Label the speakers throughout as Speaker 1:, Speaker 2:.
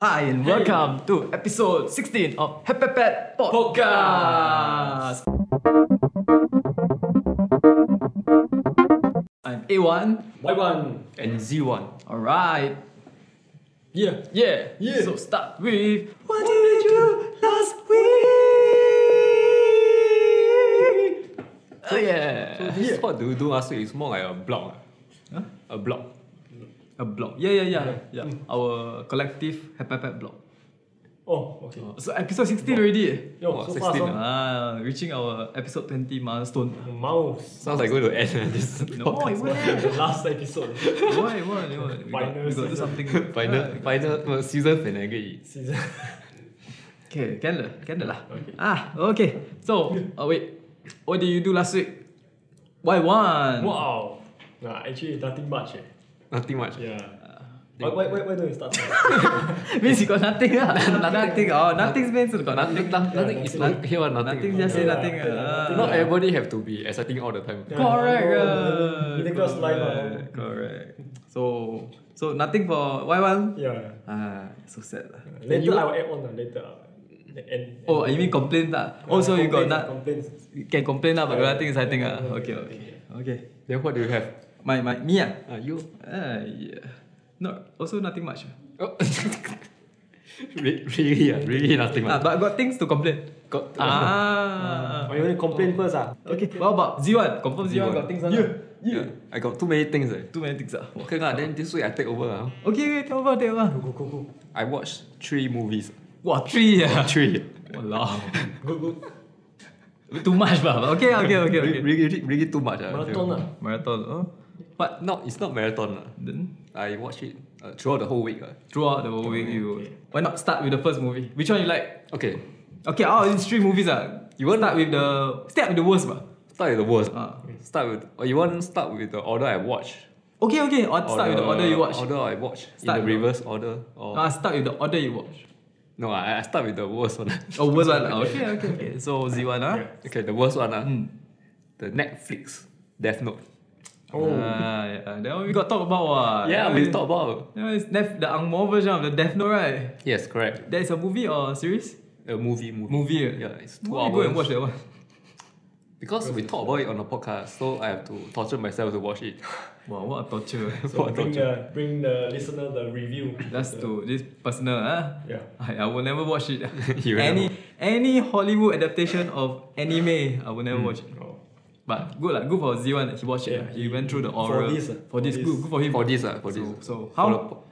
Speaker 1: Hi and welcome to episode 16 of Happy Pet Podcast. I'm A1
Speaker 2: Y1
Speaker 3: and Z1.
Speaker 1: Alright,
Speaker 2: Yeah
Speaker 1: yeah.
Speaker 2: Yeah.
Speaker 1: So start with What did you do last week? Oh yeah.
Speaker 3: This what do you do last week? It's more like a blog. ah.
Speaker 1: Huh?
Speaker 3: A blog.
Speaker 1: A blog. Yeah, yeah, yeah. yeah. Our collective Happy Pet blog.
Speaker 2: Oh okay
Speaker 1: So episode 16 already. eh?
Speaker 2: Yo
Speaker 3: Wow,
Speaker 2: so
Speaker 3: 16
Speaker 2: fast
Speaker 3: ah.
Speaker 2: ah.
Speaker 1: Ah, reaching our episode 20 milestone. Oh,
Speaker 2: Mouse
Speaker 3: Sounds like going to end ah, this
Speaker 1: No, it
Speaker 3: podcast.
Speaker 1: won't.
Speaker 2: The last episode
Speaker 1: It won't, it won't, it won't. We got, we got
Speaker 2: Final
Speaker 1: to do
Speaker 2: season.
Speaker 1: something.
Speaker 3: Final, final well, season finale.
Speaker 2: Season
Speaker 1: Okay, can lah, can lah.
Speaker 2: Okay.
Speaker 1: Ah, okay. So, oh wait. What did you do last week? Why one?
Speaker 2: Wow Nah actually nothing much eh
Speaker 3: Nothing much.
Speaker 2: Yeah
Speaker 1: Uh,
Speaker 2: why, why, why, why don't you start first?
Speaker 1: means you got nothing lah. nothing. Oh, nothing means you got nothing.
Speaker 3: Nothing, nothing, nothing is
Speaker 2: nothing.
Speaker 3: not, here what nothing. uh,
Speaker 1: Nothing,
Speaker 3: is
Speaker 1: just say
Speaker 2: Yeah,
Speaker 1: nothing.
Speaker 2: yeah,
Speaker 1: ah.
Speaker 2: nothing.
Speaker 3: Not everybody have to be exciting all the time.
Speaker 2: Yeah.
Speaker 1: Correct.
Speaker 2: Oh,
Speaker 1: ah.
Speaker 2: Miraculous life ah.
Speaker 1: Correct, Correct. So, so nothing for why one?
Speaker 2: Yeah
Speaker 1: Ah, so sad lah.
Speaker 2: Later I will add on ah, Later ah. and,
Speaker 1: Oh, you mean complain lah? Oh, so you got
Speaker 2: that
Speaker 1: not?
Speaker 2: Complains
Speaker 1: You can complain lah, but got nothing exciting ah.
Speaker 2: Yeah,
Speaker 1: Okay,
Speaker 2: yeah,
Speaker 1: okay, okay.
Speaker 3: Then what do you have?
Speaker 1: My, my, me ah.
Speaker 3: Ah, you.
Speaker 1: Uh, yeah. No, also nothing much.
Speaker 3: Oh. Re- really, ah, really nothing
Speaker 1: Ah,
Speaker 3: much. Uh-huh.
Speaker 1: but got things to complain.
Speaker 3: Got- uh,
Speaker 1: ah.
Speaker 2: Or Oh, you want to complain first ah?
Speaker 1: Okay. What about Z1? Confirm Z1,
Speaker 3: Z1.
Speaker 1: got things ah. on.
Speaker 2: Yeah
Speaker 3: Yeah, I got too many things. Eh.
Speaker 1: Too many things ah.
Speaker 3: Okay, lah. then this week I take over. ah.
Speaker 1: Okay, okay, tell about that ah. one.
Speaker 2: Go go go go
Speaker 3: I watched three movies.
Speaker 1: Wow, three ah.
Speaker 3: Three.
Speaker 1: Walao.
Speaker 2: Go go
Speaker 1: Too much bah. but Okay, okay, okay,
Speaker 3: Re-
Speaker 1: okay.
Speaker 3: Really, really, really too much. ah, I feel.
Speaker 2: Marathon ah.
Speaker 1: Marathon. Oh. But
Speaker 3: Not, it's not marathon. ah.
Speaker 1: then
Speaker 3: I watched it uh, throughout the whole week. Uh.
Speaker 1: throughout the whole week, you why not start with the first movie? Which one you like?
Speaker 3: Okay,
Speaker 1: Okay, oh, it's three movies ah. You want start with the start with the worst bah.
Speaker 3: start with the worst.
Speaker 1: Ah.
Speaker 3: Start with or you want to start with the order I watch.
Speaker 1: Okay, okay. Or start with the order you watch.
Speaker 3: Order I watch.
Speaker 1: Start
Speaker 3: in
Speaker 1: with
Speaker 3: the
Speaker 1: the-
Speaker 3: reverse order. Or
Speaker 1: Ah, start with the order you watch.
Speaker 3: no, I, I start with the worst one.
Speaker 1: Oh, worst one. ah. Okay, okay, okay. So Z1 ah.
Speaker 3: okay, the worst one. Uh,
Speaker 1: Mm.
Speaker 3: The Netflix Death Note.
Speaker 2: Oh
Speaker 1: Ah, yeah. That one we got talk about what?
Speaker 3: yeah, we talk about
Speaker 1: That one is Nef- the Ang Mo version of the Death Note, right?
Speaker 3: yes, correct.
Speaker 1: That is a movie or series?
Speaker 3: A movie, movie.
Speaker 1: Movie. eh?
Speaker 3: Yeah, it's two
Speaker 1: Why you
Speaker 3: hours.
Speaker 1: go and watch that one.
Speaker 3: Because we talk about it on the podcast, so I have to torture myself to watch it.
Speaker 1: Wow, what a torture. eh.
Speaker 2: So bring the, bring the listener the review
Speaker 1: That's to this personal, ah.
Speaker 2: Yeah
Speaker 1: I, I will never watch it.
Speaker 3: You will
Speaker 1: any any Hollywood adaptation of anime, I will never
Speaker 3: Hmm.
Speaker 1: watch it.
Speaker 2: Oh.
Speaker 1: But good lah, good for Z1 that he watched it.
Speaker 2: Yeah,
Speaker 1: lah. he,
Speaker 2: he-
Speaker 1: went through the
Speaker 2: for
Speaker 1: oral.
Speaker 2: this ah,
Speaker 1: for
Speaker 2: for
Speaker 1: this,
Speaker 2: this.
Speaker 1: good, good for him.
Speaker 3: For this, uh, for this.
Speaker 1: So- so
Speaker 3: For
Speaker 1: how-
Speaker 3: the po-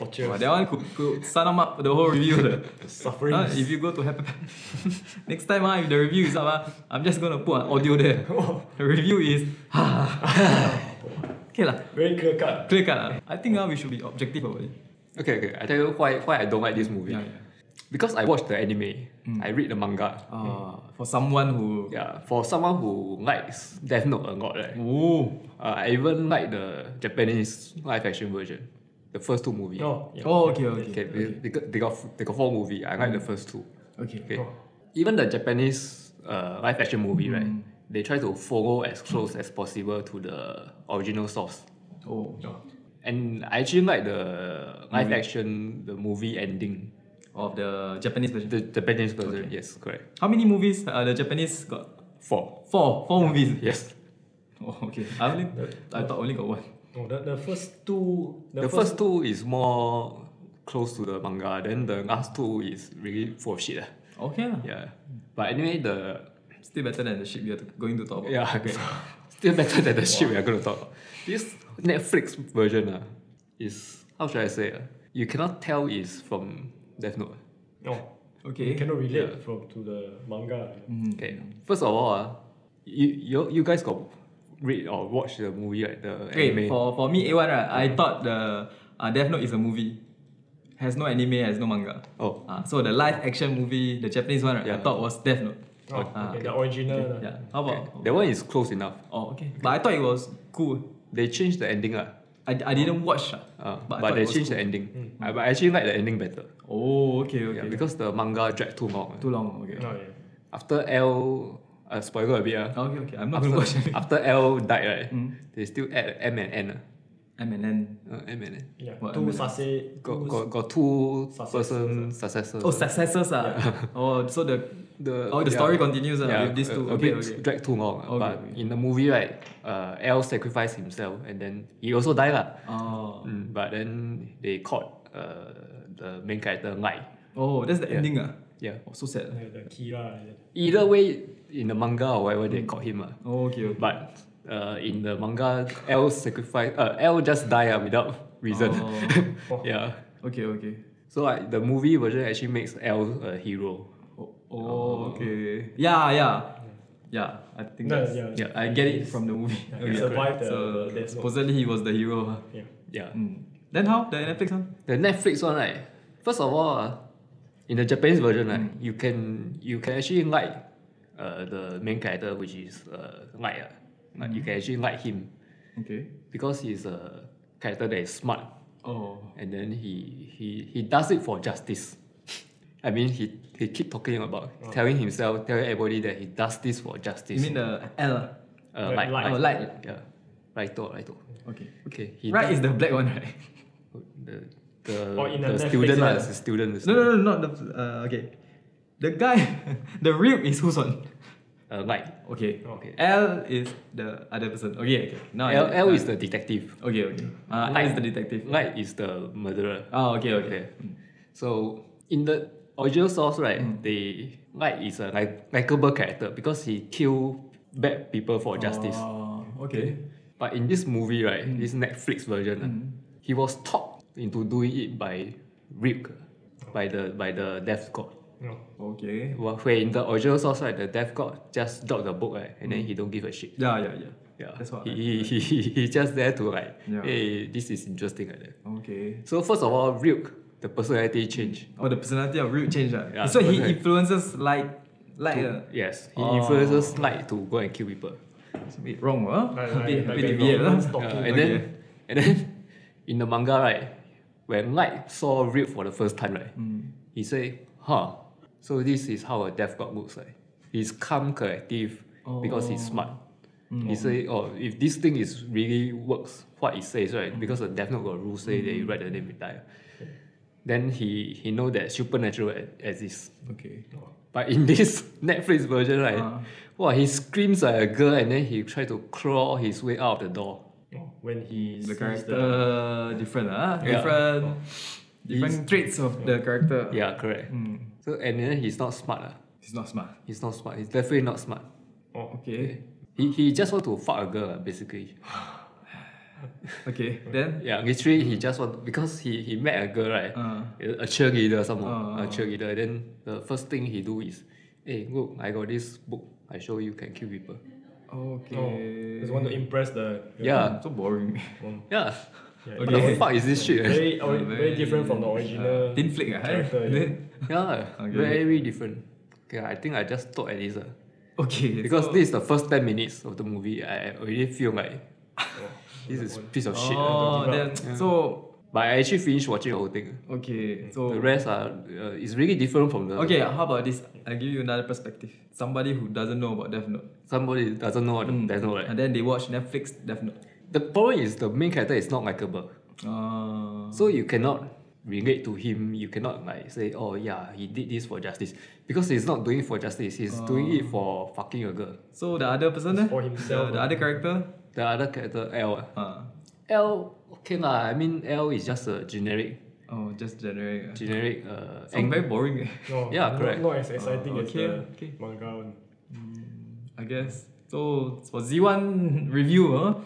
Speaker 2: Torture
Speaker 1: Wah, that one could, could sun 'em up the whole review. lah.
Speaker 2: Suffering
Speaker 1: Ah, if you go to Happy Pet- next time ah, if the review is up ah, I'm just gonna put an audio there.
Speaker 2: Oh,
Speaker 1: the review is okay lah.
Speaker 2: Very clear cut
Speaker 1: Clear cut lah. I think ah, we should be objective about it.
Speaker 3: Okay, okay. I tell you why why I don't like this movie.
Speaker 1: Yeah, Hmm. yeah.
Speaker 3: Because I watched the anime, I read the manga.
Speaker 1: Ah, for someone who
Speaker 3: Yeah, for someone who likes Death Note a lot, right?
Speaker 1: oh
Speaker 3: Uh, I even like the Japanese live action version, the first two movies.
Speaker 2: No yeah.
Speaker 1: oh okay okay
Speaker 3: Okay, they- They, got, they got they got four movies. I like the first two.
Speaker 1: okay.
Speaker 3: Okay,
Speaker 2: Oh.
Speaker 3: even the Japanese uh, live action movie, right? They try to follow as close as possible to the original source.
Speaker 1: Oh
Speaker 2: No.
Speaker 3: And I actually like the live action the movie ending,
Speaker 1: of the Japanese version.
Speaker 3: the Japanese version. Yes, correct.
Speaker 1: How many movies? Uh, the Japanese got
Speaker 3: Four.
Speaker 1: four four movies.
Speaker 3: Yes.
Speaker 1: Oh okay. I only I thought only got one.
Speaker 2: No, the, the first two. The,
Speaker 3: The, first, two is more close to the manga, then the last two is really full of shit. ah.
Speaker 1: Okay lah.
Speaker 3: Yeah. But anyway, the
Speaker 1: Still better than the ship we are going to talk about.
Speaker 3: yeah, still better than the shit we are going to talk. about. This Netflix version uh, is how should I say? ah? you cannot tell is from Death Note.
Speaker 2: No. You
Speaker 1: Okay.
Speaker 2: cannot relate from to the manga.
Speaker 3: Okay. First of all, uh, you, you you guys got read or watch the movie like the
Speaker 1: Wait,
Speaker 3: anime?
Speaker 1: for, for me, A1, right, I thought the uh, Death Note is a movie. Has no anime, has no manga.
Speaker 3: oh,
Speaker 1: Uh, so the live action movie, the Japanese one, right, I
Speaker 3: Yeah.
Speaker 1: thought was Death Note.
Speaker 2: Oh, okay,
Speaker 1: Ah,
Speaker 2: The original. lah.
Speaker 1: Yeah. How about?
Speaker 3: okay. that one is close enough.
Speaker 1: Oh, okay. But I thought it was cool.
Speaker 3: They changed the ending uh,
Speaker 1: I, I didn't watch. Uh,
Speaker 3: uh,
Speaker 1: but I
Speaker 3: but,
Speaker 1: thought
Speaker 3: they
Speaker 1: it was Hmm.
Speaker 3: changed the ending. I, but I actually like the ending better.
Speaker 1: Oh, okay, okay.
Speaker 3: Yeah, because the manga dragged too long.
Speaker 1: Too long. Okay.
Speaker 2: No, yeah.
Speaker 3: After L, uh, spoiler a bit ah.
Speaker 1: Okay, Mm. okay. I'm not gonna watch
Speaker 3: After,
Speaker 1: it.
Speaker 3: after L died right, they still add M and N. ah.
Speaker 1: M and N.
Speaker 3: Uh, M&M.
Speaker 2: Yeah,
Speaker 1: What
Speaker 2: two
Speaker 1: M&Ms?
Speaker 2: sasay. two
Speaker 3: Got, got, got two
Speaker 2: Successors,
Speaker 3: person successors.
Speaker 1: Oh, successors ah. Oh, so the
Speaker 3: the,
Speaker 1: oh the
Speaker 3: Uh, yeah.
Speaker 1: story continues ah
Speaker 3: yeah,
Speaker 1: with these two.
Speaker 3: A, a
Speaker 1: okay,
Speaker 3: bit
Speaker 1: okay.
Speaker 3: drag too long. ah.
Speaker 1: Okay,
Speaker 3: but
Speaker 1: okay.
Speaker 3: in the movie, right, uh, L sacrificed himself and then he also died. lah.
Speaker 1: Oh,
Speaker 3: Mm, but then they caught uh, the main character Lai.
Speaker 1: oh, that's the
Speaker 3: Yeah.
Speaker 1: ending ah.
Speaker 3: Yeah.
Speaker 1: Oh, so sad.
Speaker 2: Yeah, the Kira. yeah.
Speaker 3: Either way, in the manga or whatever, they caught him. Uh.
Speaker 1: Oh, okay, okay.
Speaker 3: But uh, in the manga, L sacrifice. Uh, L just die uh, without reason.
Speaker 2: Oh.
Speaker 3: yeah.
Speaker 1: okay, okay.
Speaker 3: So like the movie version actually makes L a hero.
Speaker 1: Oh, oh, okay. Yeah, yeah, yeah. I think
Speaker 2: No,
Speaker 1: that's,
Speaker 2: yeah, yeah.
Speaker 1: I get it from the movie.
Speaker 2: Yeah, he survived the-
Speaker 1: so
Speaker 2: the death note.
Speaker 1: supposedly he was the hero. ah.
Speaker 2: Yeah.
Speaker 3: Yeah.
Speaker 1: Mm. Then how the Netflix one?
Speaker 3: The Netflix one, right? First of all, uh, in the Japanese version, right, you can you can actually like uh, the main character, which is uh, like, uh, like you can actually like him
Speaker 1: Okay.
Speaker 3: because he's a character that is smart
Speaker 1: Oh.
Speaker 3: and then he he he does it for justice. I mean, he he keep talking about telling himself, telling everybody that he does this for
Speaker 1: Oh.
Speaker 3: justice.
Speaker 1: You mean the L? ah?
Speaker 3: uh,
Speaker 2: the
Speaker 3: like,
Speaker 2: light?
Speaker 1: Oh, light.
Speaker 3: yeah, right to right to.
Speaker 1: Okay.
Speaker 3: Okay, he
Speaker 1: right
Speaker 3: does-
Speaker 1: is the black one, right?
Speaker 3: the the,
Speaker 2: Or in
Speaker 3: the
Speaker 2: a Netflix
Speaker 3: student lah,
Speaker 2: lah.
Speaker 3: the student. the
Speaker 1: No,
Speaker 3: student.
Speaker 1: no, no, not the. Uh, okay. The guy, the rib is whose one?
Speaker 3: Uh, light.
Speaker 1: Okay.
Speaker 2: Okay.
Speaker 1: L is the other person. Okay, okay. Now I
Speaker 3: L,
Speaker 1: get it.
Speaker 3: L
Speaker 1: Uh,
Speaker 3: is the detective.
Speaker 1: Okay, okay. Uh, I is the detective.
Speaker 3: Light is the murderer.
Speaker 1: Oh, okay, okay.
Speaker 3: Okay. So in the original source, right,
Speaker 1: Hmm.
Speaker 3: they Light is a like likable character because he kill bad people for justice.
Speaker 1: Oh, okay.
Speaker 3: But in this movie, right,
Speaker 1: Mm.
Speaker 3: this Netflix version, ah, he was talked into doing it by Rick, by the by the death god.
Speaker 2: No.
Speaker 1: Okay.
Speaker 3: Well, where in the original source, right, the death god just dropped the book, right, and then he don't give a shit.
Speaker 1: Yeah, yeah, yeah.
Speaker 3: Yeah,
Speaker 1: Mm. That's what.
Speaker 3: he,
Speaker 1: I-
Speaker 3: he, he, he, he just there to like,
Speaker 1: Yeah.
Speaker 3: hey, this is interesting. Like that.
Speaker 1: Okay.
Speaker 3: So first of all, Ryuk, the personality change.
Speaker 1: Oh, the personality of Ryuk changed. ah.
Speaker 3: Yeah,
Speaker 1: so he
Speaker 3: okay.
Speaker 1: influences like, like, uh,
Speaker 3: To- yes, he
Speaker 1: Oh.
Speaker 3: influences Light to go and kill people.
Speaker 1: it's a bit wrong, huh?
Speaker 2: Like,
Speaker 1: a bit, a bit
Speaker 2: like, like
Speaker 1: deviate,
Speaker 2: Roman's
Speaker 1: lah.
Speaker 3: Yeah,
Speaker 2: talking.
Speaker 3: and then and then in the manga, right, when Light saw Ryuk for the first time, right, he say, huh, so this is how a death god looks like. He's calm, collective, because he's smart. He say, oh, if this thing is really works, what it says, right? Because the Death Note got rule say that you write the name, you die. Then he he know that supernatural e- exists.
Speaker 1: Okay.
Speaker 3: But in this Netflix version, right?
Speaker 1: Ah.
Speaker 3: Wow, he screams at a girl and then he try to claw his way out of the door.
Speaker 2: Oh, when he
Speaker 1: The
Speaker 2: sees
Speaker 1: character
Speaker 2: the
Speaker 1: different, ah,
Speaker 3: Yeah.
Speaker 1: different, different
Speaker 3: He's-
Speaker 1: traits of the character.
Speaker 3: Yeah, correct.
Speaker 1: Mm.
Speaker 3: So and then he's not smart. ah.
Speaker 1: He's not smart.
Speaker 3: He's not smart. He's definitely not smart.
Speaker 2: oh,
Speaker 1: Okay.
Speaker 3: He, he just want to fuck a girl, ah, basically.
Speaker 1: Okay. Then.
Speaker 3: Yeah, literally he just want because he, he met a girl, right?
Speaker 1: Uh,
Speaker 3: a cheerleader someone
Speaker 1: Ah.
Speaker 3: a cheerleader then the first thing he do is hey look i got this book i show you can kill people
Speaker 1: okay.
Speaker 2: no, just want to impress the
Speaker 3: yeah
Speaker 1: so boring.
Speaker 2: Um,
Speaker 3: yeah
Speaker 2: yeah,
Speaker 3: what
Speaker 1: Okay.
Speaker 3: the fuck is this shit eh?
Speaker 2: Oh, Very, ori- very, different from the original.
Speaker 1: Uh, thin flick, ah, eh?
Speaker 2: character, yeah.
Speaker 3: yeah
Speaker 1: Okay.
Speaker 3: very different okay i think i just thought at this uh,
Speaker 1: Okay.
Speaker 3: because
Speaker 1: so-
Speaker 3: this is the first 10 minutes of the movie i I already feel like this is piece of shit ah.
Speaker 1: Oh,
Speaker 2: don't give
Speaker 1: then so
Speaker 3: but i actually finished watching the whole thing
Speaker 1: okay. So
Speaker 3: Mm. the rest are uh, is really different from the
Speaker 1: Okay, how about this? I'll give you another perspective. Somebody who doesn't know about Death Note.
Speaker 3: somebody doesn't know what
Speaker 1: Mm.
Speaker 3: the Death Note, right?
Speaker 1: And then they watch Netflix Death Note.
Speaker 3: the problem is the main character is not likable
Speaker 1: Uh,
Speaker 3: So you cannot relate to him. You cannot like say, oh yeah, he did this for justice because he's not doing it for justice. He's
Speaker 1: Oh.
Speaker 3: doing it for fucking a girl.
Speaker 1: so the other person eh?
Speaker 2: For himself,
Speaker 1: The, the other character?
Speaker 3: The other character L, ah.
Speaker 1: Uh,
Speaker 3: L okay lah. I mean L is just a generic,
Speaker 1: oh, just generic. eh.
Speaker 3: generic. Uh,
Speaker 1: Sound
Speaker 3: ang-
Speaker 1: very boring. eh.
Speaker 2: No,
Speaker 3: Yeah,
Speaker 2: not-
Speaker 3: correct.
Speaker 2: Not as exciting
Speaker 1: Uh,
Speaker 2: as
Speaker 1: okay,
Speaker 2: the
Speaker 1: okay.
Speaker 2: manga one.
Speaker 1: I guess. So for Z1 review, huh?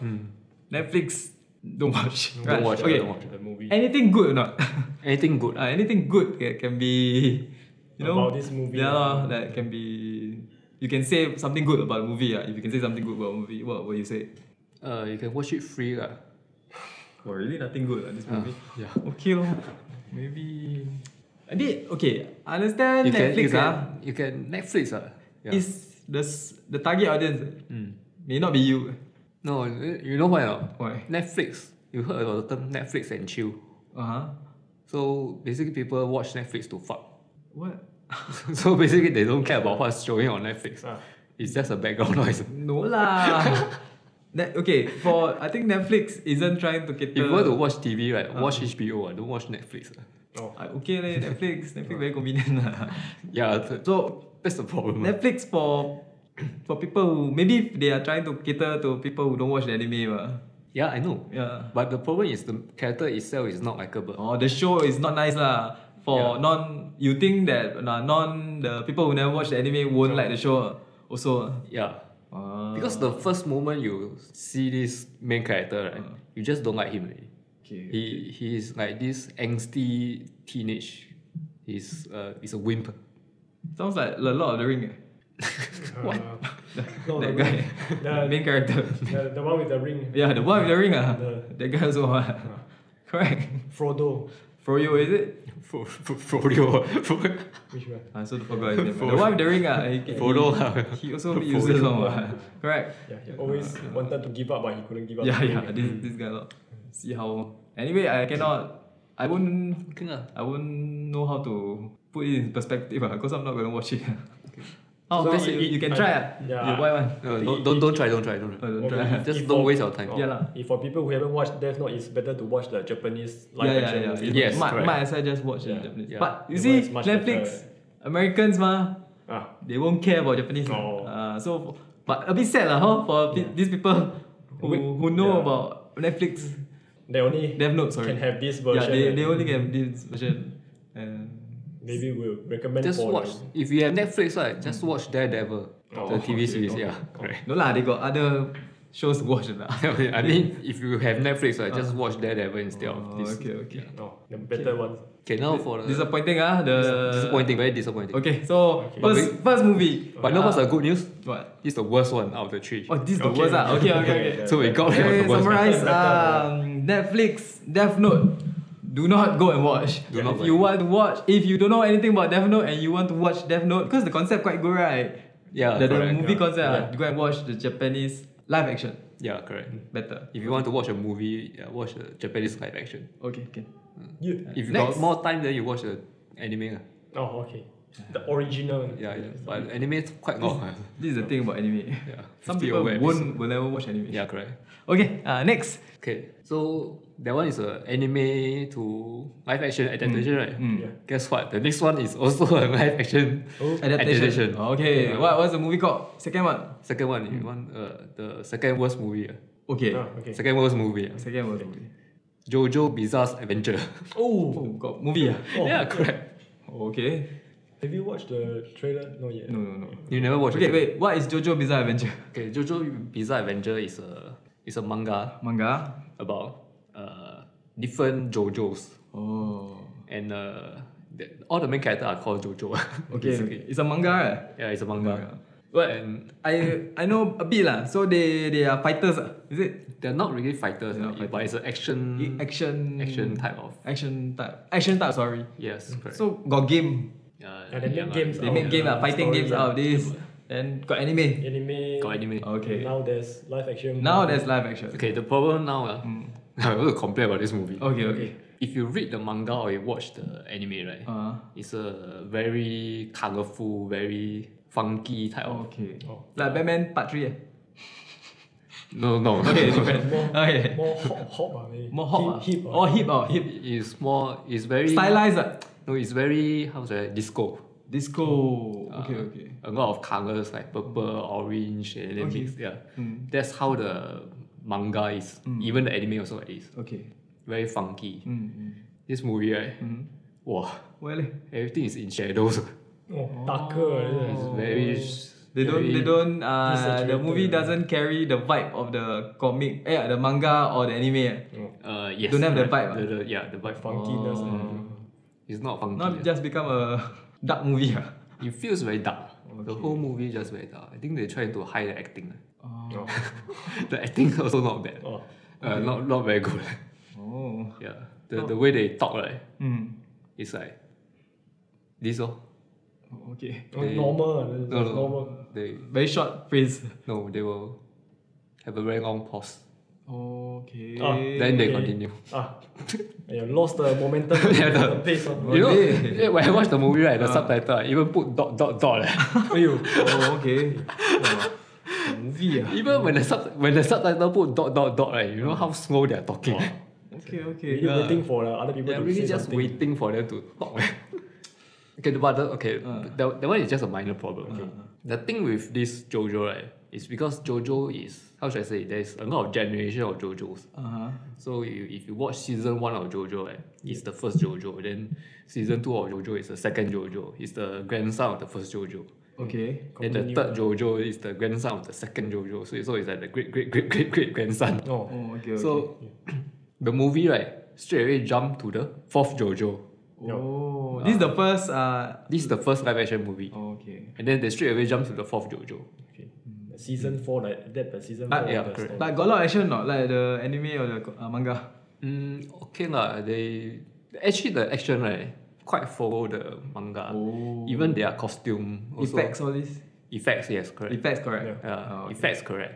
Speaker 1: Netflix, don't watch.
Speaker 3: Hmm. Don't
Speaker 1: Right,
Speaker 3: watch,
Speaker 1: Okay.
Speaker 3: don't watch.
Speaker 2: The movie.
Speaker 1: Anything good or not?
Speaker 3: anything good? ah.
Speaker 1: uh, anything good ca- can be, you know,
Speaker 2: About this movie,
Speaker 1: Yeah, lah,
Speaker 2: uh,
Speaker 1: that can be. You can say something good about a movie. Uh, if you can say something good about a movie, what will you say?
Speaker 3: Uh, you can watch it free ah. lah.
Speaker 1: Oh, really? Nothing good at this
Speaker 3: Ah,
Speaker 1: movie.
Speaker 3: yeah.
Speaker 1: Okay, lor. Maybe a bit. Okay, I understand
Speaker 3: You can, you
Speaker 1: Netflix.
Speaker 3: can,
Speaker 1: ah,
Speaker 3: you can Netflix ah. Yeah.
Speaker 1: is the s- the target audience
Speaker 3: Mm.
Speaker 1: may not be you.
Speaker 3: No, eh, you know why not?
Speaker 1: Why?
Speaker 3: Netflix. You heard about the term Netflix and chill.
Speaker 1: Uh huh.
Speaker 3: So basically, people watch Netflix to fuck.
Speaker 1: What?
Speaker 3: so basically, they don't care about what's showing on Netflix.
Speaker 2: Ah.
Speaker 3: It's just a background noise.
Speaker 1: No lah. That, okay, for I think Netflix isn't trying to
Speaker 3: If
Speaker 1: cater.
Speaker 3: you want to watch TV, right, watch
Speaker 1: Ah.
Speaker 3: HBO. ah, don't watch Netflix. ah.
Speaker 2: Oh.
Speaker 1: Ah, okay, leh, Netflix, Netflix very convenient. lah.
Speaker 3: Yeah, th-
Speaker 1: so
Speaker 3: that's the problem. ah.
Speaker 1: Netflix for for people who maybe they are trying to cater to people who don't watch the anime, uh,
Speaker 3: yeah, I know.
Speaker 1: yeah.
Speaker 3: But the problem is the character itself is not likable.
Speaker 1: Or the show is not nice lah. For
Speaker 3: Yeah.
Speaker 1: non, you think that nah, non the people who never watch the anime won't like the show uh, also.
Speaker 3: Yeah.
Speaker 1: Uh. Uh. Ah,
Speaker 3: Because the first moment you see this main character, right, you just don't like him. already.
Speaker 1: okay.
Speaker 3: He he is like this angsty teenage. He's uh he's a wimp.
Speaker 1: sounds like a lot of the ring. eh.
Speaker 2: What? Uh, No,
Speaker 1: that
Speaker 2: the,
Speaker 1: guy,
Speaker 2: The-
Speaker 1: main character.
Speaker 2: The, the one with the ring.
Speaker 1: yeah, the one with the ring. Uh.
Speaker 2: The-
Speaker 1: that guy also. Uh. Correct.
Speaker 2: Frodo.
Speaker 1: For you, is it?
Speaker 3: For for for your
Speaker 2: Which one?
Speaker 1: I also forgot his name. the one with the ring, ah, he,
Speaker 3: Frodo
Speaker 1: he-
Speaker 3: lah.
Speaker 1: He, also a bit useless
Speaker 3: Frodo.
Speaker 1: one, what. Correct.
Speaker 2: Yeah, he always wanted to give up, but he couldn't give up.
Speaker 1: Ah, Yeah,
Speaker 2: the Mm. ring.
Speaker 1: yeah. This this guy lot. See how. Anyway, I cannot. I won't.
Speaker 3: okay lah.
Speaker 1: I won't know how to put it in perspective, ah, because I'm not gonna watch it. Oh,
Speaker 2: So
Speaker 1: that's
Speaker 2: it-
Speaker 1: it. You, you can
Speaker 2: I-
Speaker 1: try, ah.
Speaker 2: yeah.
Speaker 1: You buy one.
Speaker 3: No, don't, don't don't try don't try don't
Speaker 1: Oh,
Speaker 3: try.
Speaker 1: don't
Speaker 2: Okay.
Speaker 1: try.
Speaker 3: Just
Speaker 2: If
Speaker 3: don't
Speaker 2: for-
Speaker 3: waste your time.
Speaker 2: oh,
Speaker 1: Yeah lah.
Speaker 2: If for people who haven't watched Death Note, it's better to watch the Japanese live
Speaker 1: yeah, yeah,
Speaker 2: action.
Speaker 1: yeah.
Speaker 2: movie.
Speaker 1: It's-
Speaker 3: Yes,
Speaker 1: might,
Speaker 3: correct.
Speaker 1: might as well just watch in
Speaker 2: Yeah,
Speaker 1: Japanese.
Speaker 3: yeah.
Speaker 1: But you
Speaker 2: It
Speaker 1: see,
Speaker 2: works much
Speaker 1: Netflix,
Speaker 2: better.
Speaker 1: Americans, ma,
Speaker 2: Ah,
Speaker 1: they won't care about Japanese.
Speaker 2: Oh.
Speaker 1: Uh, so, but a bit sad, lah, huh, for pe-
Speaker 2: Yeah.
Speaker 1: these people who,
Speaker 2: Wait,
Speaker 1: who know
Speaker 2: yeah.
Speaker 1: about Netflix.
Speaker 2: they only
Speaker 1: Dev Note, sorry.
Speaker 2: can have this
Speaker 1: yeah,
Speaker 2: version.
Speaker 1: they,
Speaker 2: and
Speaker 1: they only get this version. And
Speaker 2: Maybe we'll recommend
Speaker 3: Just
Speaker 2: for
Speaker 3: watch if you have Netflix right, just
Speaker 1: Hmm.
Speaker 3: watch Daredevil,
Speaker 2: Oh,
Speaker 3: the TV
Speaker 2: okay,
Speaker 3: series.
Speaker 2: okay.
Speaker 3: Yeah, correct.
Speaker 1: no lah, they got other shows to watch lah.
Speaker 3: I mean, if you have Netflix, right, just watch Daredevil instead of
Speaker 1: Uh-huh. Oh,
Speaker 3: this.
Speaker 1: okay, okay.
Speaker 2: No, the better ones.
Speaker 3: Okay, now for the
Speaker 1: disappointing ah the
Speaker 3: disappointing, very disappointing.
Speaker 1: Okay, so
Speaker 2: Okay.
Speaker 1: first first movie.
Speaker 3: But now what's the good news?
Speaker 1: what?
Speaker 3: It's the worst one out of the three.
Speaker 1: Oh, this is the
Speaker 2: Okay.
Speaker 1: worst ah. Okay, okay, okay.
Speaker 2: Yeah,
Speaker 3: so
Speaker 2: yeah.
Speaker 3: we got rid
Speaker 1: Hey,
Speaker 3: of the worst. one.
Speaker 1: summarize
Speaker 2: Better, better.
Speaker 1: um, Netflix Death Note. Do not go and watch. if
Speaker 3: Do not
Speaker 1: you want to watch, if you don't know anything about Death Note and you want to watch Death Note, because the concept quite good, right?
Speaker 3: Yeah,
Speaker 1: the, the
Speaker 3: correct,
Speaker 1: movie
Speaker 3: yeah.
Speaker 1: concept. ah,
Speaker 2: Yeah.
Speaker 1: you go and watch the Japanese live action.
Speaker 3: Yeah, correct.
Speaker 1: Better.
Speaker 3: If you want to watch a movie, yeah, watch the Japanese live action.
Speaker 1: Okay, okay.
Speaker 2: You.
Speaker 3: If you
Speaker 1: Next.
Speaker 3: got more time, then you watch the anime. ah.
Speaker 2: Oh, okay. The original. one.
Speaker 3: Yeah, yeah. but anime is quite long. ah.
Speaker 1: This is the thing about anime.
Speaker 3: Yeah,
Speaker 1: Some
Speaker 3: 50
Speaker 1: people
Speaker 3: over
Speaker 1: won't will never watch anime.
Speaker 3: Yeah, correct.
Speaker 1: Okay, uh, next.
Speaker 3: Okay, so that one is a anime to live action adaptation, right?
Speaker 2: Yeah.
Speaker 3: Guess what? The next one is also a live action
Speaker 2: Oh.
Speaker 3: adaptation.
Speaker 1: Okay,
Speaker 3: Yeah.
Speaker 1: what what's the movie called? Second one.
Speaker 3: Second one, you want uh, the second worst movie. ah.
Speaker 1: Okay.
Speaker 2: Ah, okay.
Speaker 3: Second worst movie. ah.
Speaker 1: Second one. movie.
Speaker 3: Jojo Bizarre's Adventure.
Speaker 1: Oh, got movie. ah.
Speaker 2: Oh.
Speaker 3: yeah, correct.
Speaker 1: Okay.
Speaker 2: Have you watched the trailer? No yet.
Speaker 1: No, no, no.
Speaker 3: You never watched
Speaker 1: Okay,
Speaker 3: it?
Speaker 1: wait. What is JoJo Bizarre Adventure?
Speaker 3: Okay, Jojo Bizarre Adventure is a is a manga
Speaker 1: Manga.
Speaker 3: about uh, different Jojos
Speaker 1: Oh.
Speaker 3: and uh, the, all the main characters are called Jojo.
Speaker 1: Okay.
Speaker 3: basically.
Speaker 1: It's a manga, right?
Speaker 3: Yeah, it's a manga.
Speaker 1: Manga. What?
Speaker 3: And
Speaker 1: I I know a bit lah. So they they are fighters, ah, is it?
Speaker 3: they're not really fighters,
Speaker 1: They're not
Speaker 3: uh, but it's an action
Speaker 1: Action.
Speaker 3: Hmm. action type of
Speaker 1: Action type. Action type. Sorry.
Speaker 3: yes, correct.
Speaker 1: So got game.
Speaker 3: uh,
Speaker 2: Yeah, they make
Speaker 3: lah,
Speaker 2: games
Speaker 1: They
Speaker 2: Oh,
Speaker 1: make game
Speaker 2: yeah,
Speaker 1: ah, fighting
Speaker 2: story,
Speaker 1: games
Speaker 2: yeah.
Speaker 1: out of this. Then got anime.
Speaker 2: Anime.
Speaker 3: got anime.
Speaker 1: Okay.
Speaker 2: Now there's live action.
Speaker 1: Now there's live action.
Speaker 3: Okay, the problem now, uh, I'm going to complain about this movie.
Speaker 1: Mm. Okay. Okay.
Speaker 3: If you read the manga or you watch the anime, right,
Speaker 1: Uh,
Speaker 3: it's a very colorful, very funky type of.
Speaker 1: okay.
Speaker 2: Oh.
Speaker 1: Like Batman Part Three. eh?
Speaker 3: No, no.
Speaker 1: Okay.
Speaker 2: More,
Speaker 1: different. okay.
Speaker 2: more hop, hop ah, maybe.
Speaker 1: More hop.
Speaker 2: Hip, hip
Speaker 1: ah.
Speaker 2: ah.
Speaker 1: Oh hip. Oh hip.
Speaker 3: It's more. It's very
Speaker 1: Stylized. ah.
Speaker 3: No, it's very how to say disco.
Speaker 1: Disco. Ah.
Speaker 3: Uh,
Speaker 1: okay. Okay.
Speaker 3: A lot of colors like purple, orange, and then
Speaker 1: Okay.
Speaker 3: mix. Yeah,
Speaker 1: Mm.
Speaker 3: that's how the manga is. Even the anime also like this.
Speaker 1: Okay.
Speaker 3: Very funky.
Speaker 1: Mm.
Speaker 3: This movie, right?
Speaker 1: Mm.
Speaker 3: Wow,
Speaker 1: Well. eh.
Speaker 3: everything is in shadows.
Speaker 2: Oh, darker.
Speaker 3: It's
Speaker 2: yeah.
Speaker 3: very.
Speaker 1: Oh. They don't. They
Speaker 3: very-
Speaker 1: don't. Uh, the
Speaker 2: Desaturated.
Speaker 1: movie doesn't carry the vibe of the comic, eh, the manga or the anime. eh.
Speaker 3: Uh, yes.
Speaker 1: don't have the vibe,
Speaker 3: correct.
Speaker 1: ah?
Speaker 3: The, the- yeah, the vibe funky.
Speaker 2: Funkiness.
Speaker 1: Oh.
Speaker 3: It's not funky.
Speaker 1: Now it just become a dark movie. ah.
Speaker 3: It feels very dark. The whole movie just very dark. I think they trying to hide the acting.
Speaker 2: Oh.
Speaker 3: The acting also not bad.
Speaker 2: Oh.
Speaker 3: Uh, not not very good.
Speaker 1: Oh.
Speaker 3: yeah. The the way they talk right,
Speaker 1: Mm.
Speaker 3: it's like this oh.
Speaker 1: Oh, Okay.
Speaker 2: Oh,
Speaker 3: They-
Speaker 2: normal. ah,
Speaker 3: No,
Speaker 2: that's
Speaker 3: no,
Speaker 2: normal.
Speaker 3: no. They
Speaker 1: Very short phrase.
Speaker 3: no, they will have a very long pause.
Speaker 1: Okay.
Speaker 2: Ah,
Speaker 3: Then they
Speaker 2: Okay.
Speaker 3: continue.
Speaker 2: Ah, you lost the momentum.
Speaker 3: Yeah, the-
Speaker 2: the pace of
Speaker 3: You know,
Speaker 1: Okay.
Speaker 3: eh, when I watch the movie
Speaker 2: Uh. 哎
Speaker 3: right, the subtitle I even put dot dot dot. eh.
Speaker 1: oh, okay. Oh. movie. ah.
Speaker 3: Even when the sub when the subtitle put dot dot dot right, you know how slow they're talking.
Speaker 1: Okay, okay. Uh,
Speaker 2: Really
Speaker 1: yeah.
Speaker 2: waiting for the other people
Speaker 3: They're
Speaker 2: to
Speaker 3: really
Speaker 2: say
Speaker 3: just
Speaker 2: something.
Speaker 3: waiting for them to talk. okay, the- but the, okay,
Speaker 1: Uh.
Speaker 3: that, that one is just a minor problem. Okay.
Speaker 2: Uh,
Speaker 3: The thing with this JoJo right is because JoJo is how should I say? There's a lot of generation of JoJos.
Speaker 1: Uh-huh.
Speaker 3: So you, if you watch season one of JoJo, right, it's the first JoJo. Then season two of JoJo is the second JoJo. It's the grandson of the first JoJo.
Speaker 1: Okay.
Speaker 3: Then the
Speaker 2: Continue.
Speaker 3: third JoJo is the grandson of the second JoJo. So it's always like the great great great great great grandson.
Speaker 2: Oh,
Speaker 1: Oh, okay, okay.
Speaker 3: So the movie right straight away jump to the fourth JoJo.
Speaker 1: oh, this is the first. Uh,
Speaker 3: This is the first live action movie.
Speaker 1: oh, okay.
Speaker 3: And then they straight away jump to the fourth JoJo.
Speaker 2: okay. Season four, like that, but season
Speaker 1: Ah,
Speaker 2: four.
Speaker 3: yeah,
Speaker 2: of the
Speaker 3: correct.
Speaker 2: story.
Speaker 1: But got a lot of action not like the anime or the co- uh, manga.
Speaker 3: Mm, okay lah, they actually the action right quite follow the manga.
Speaker 1: Oh.
Speaker 3: Even their costume also
Speaker 1: Effects all this.
Speaker 3: Effects, yes, correct.
Speaker 1: Effects correct.
Speaker 2: Yeah.
Speaker 3: yeah,
Speaker 1: Oh, okay.
Speaker 3: effects correct.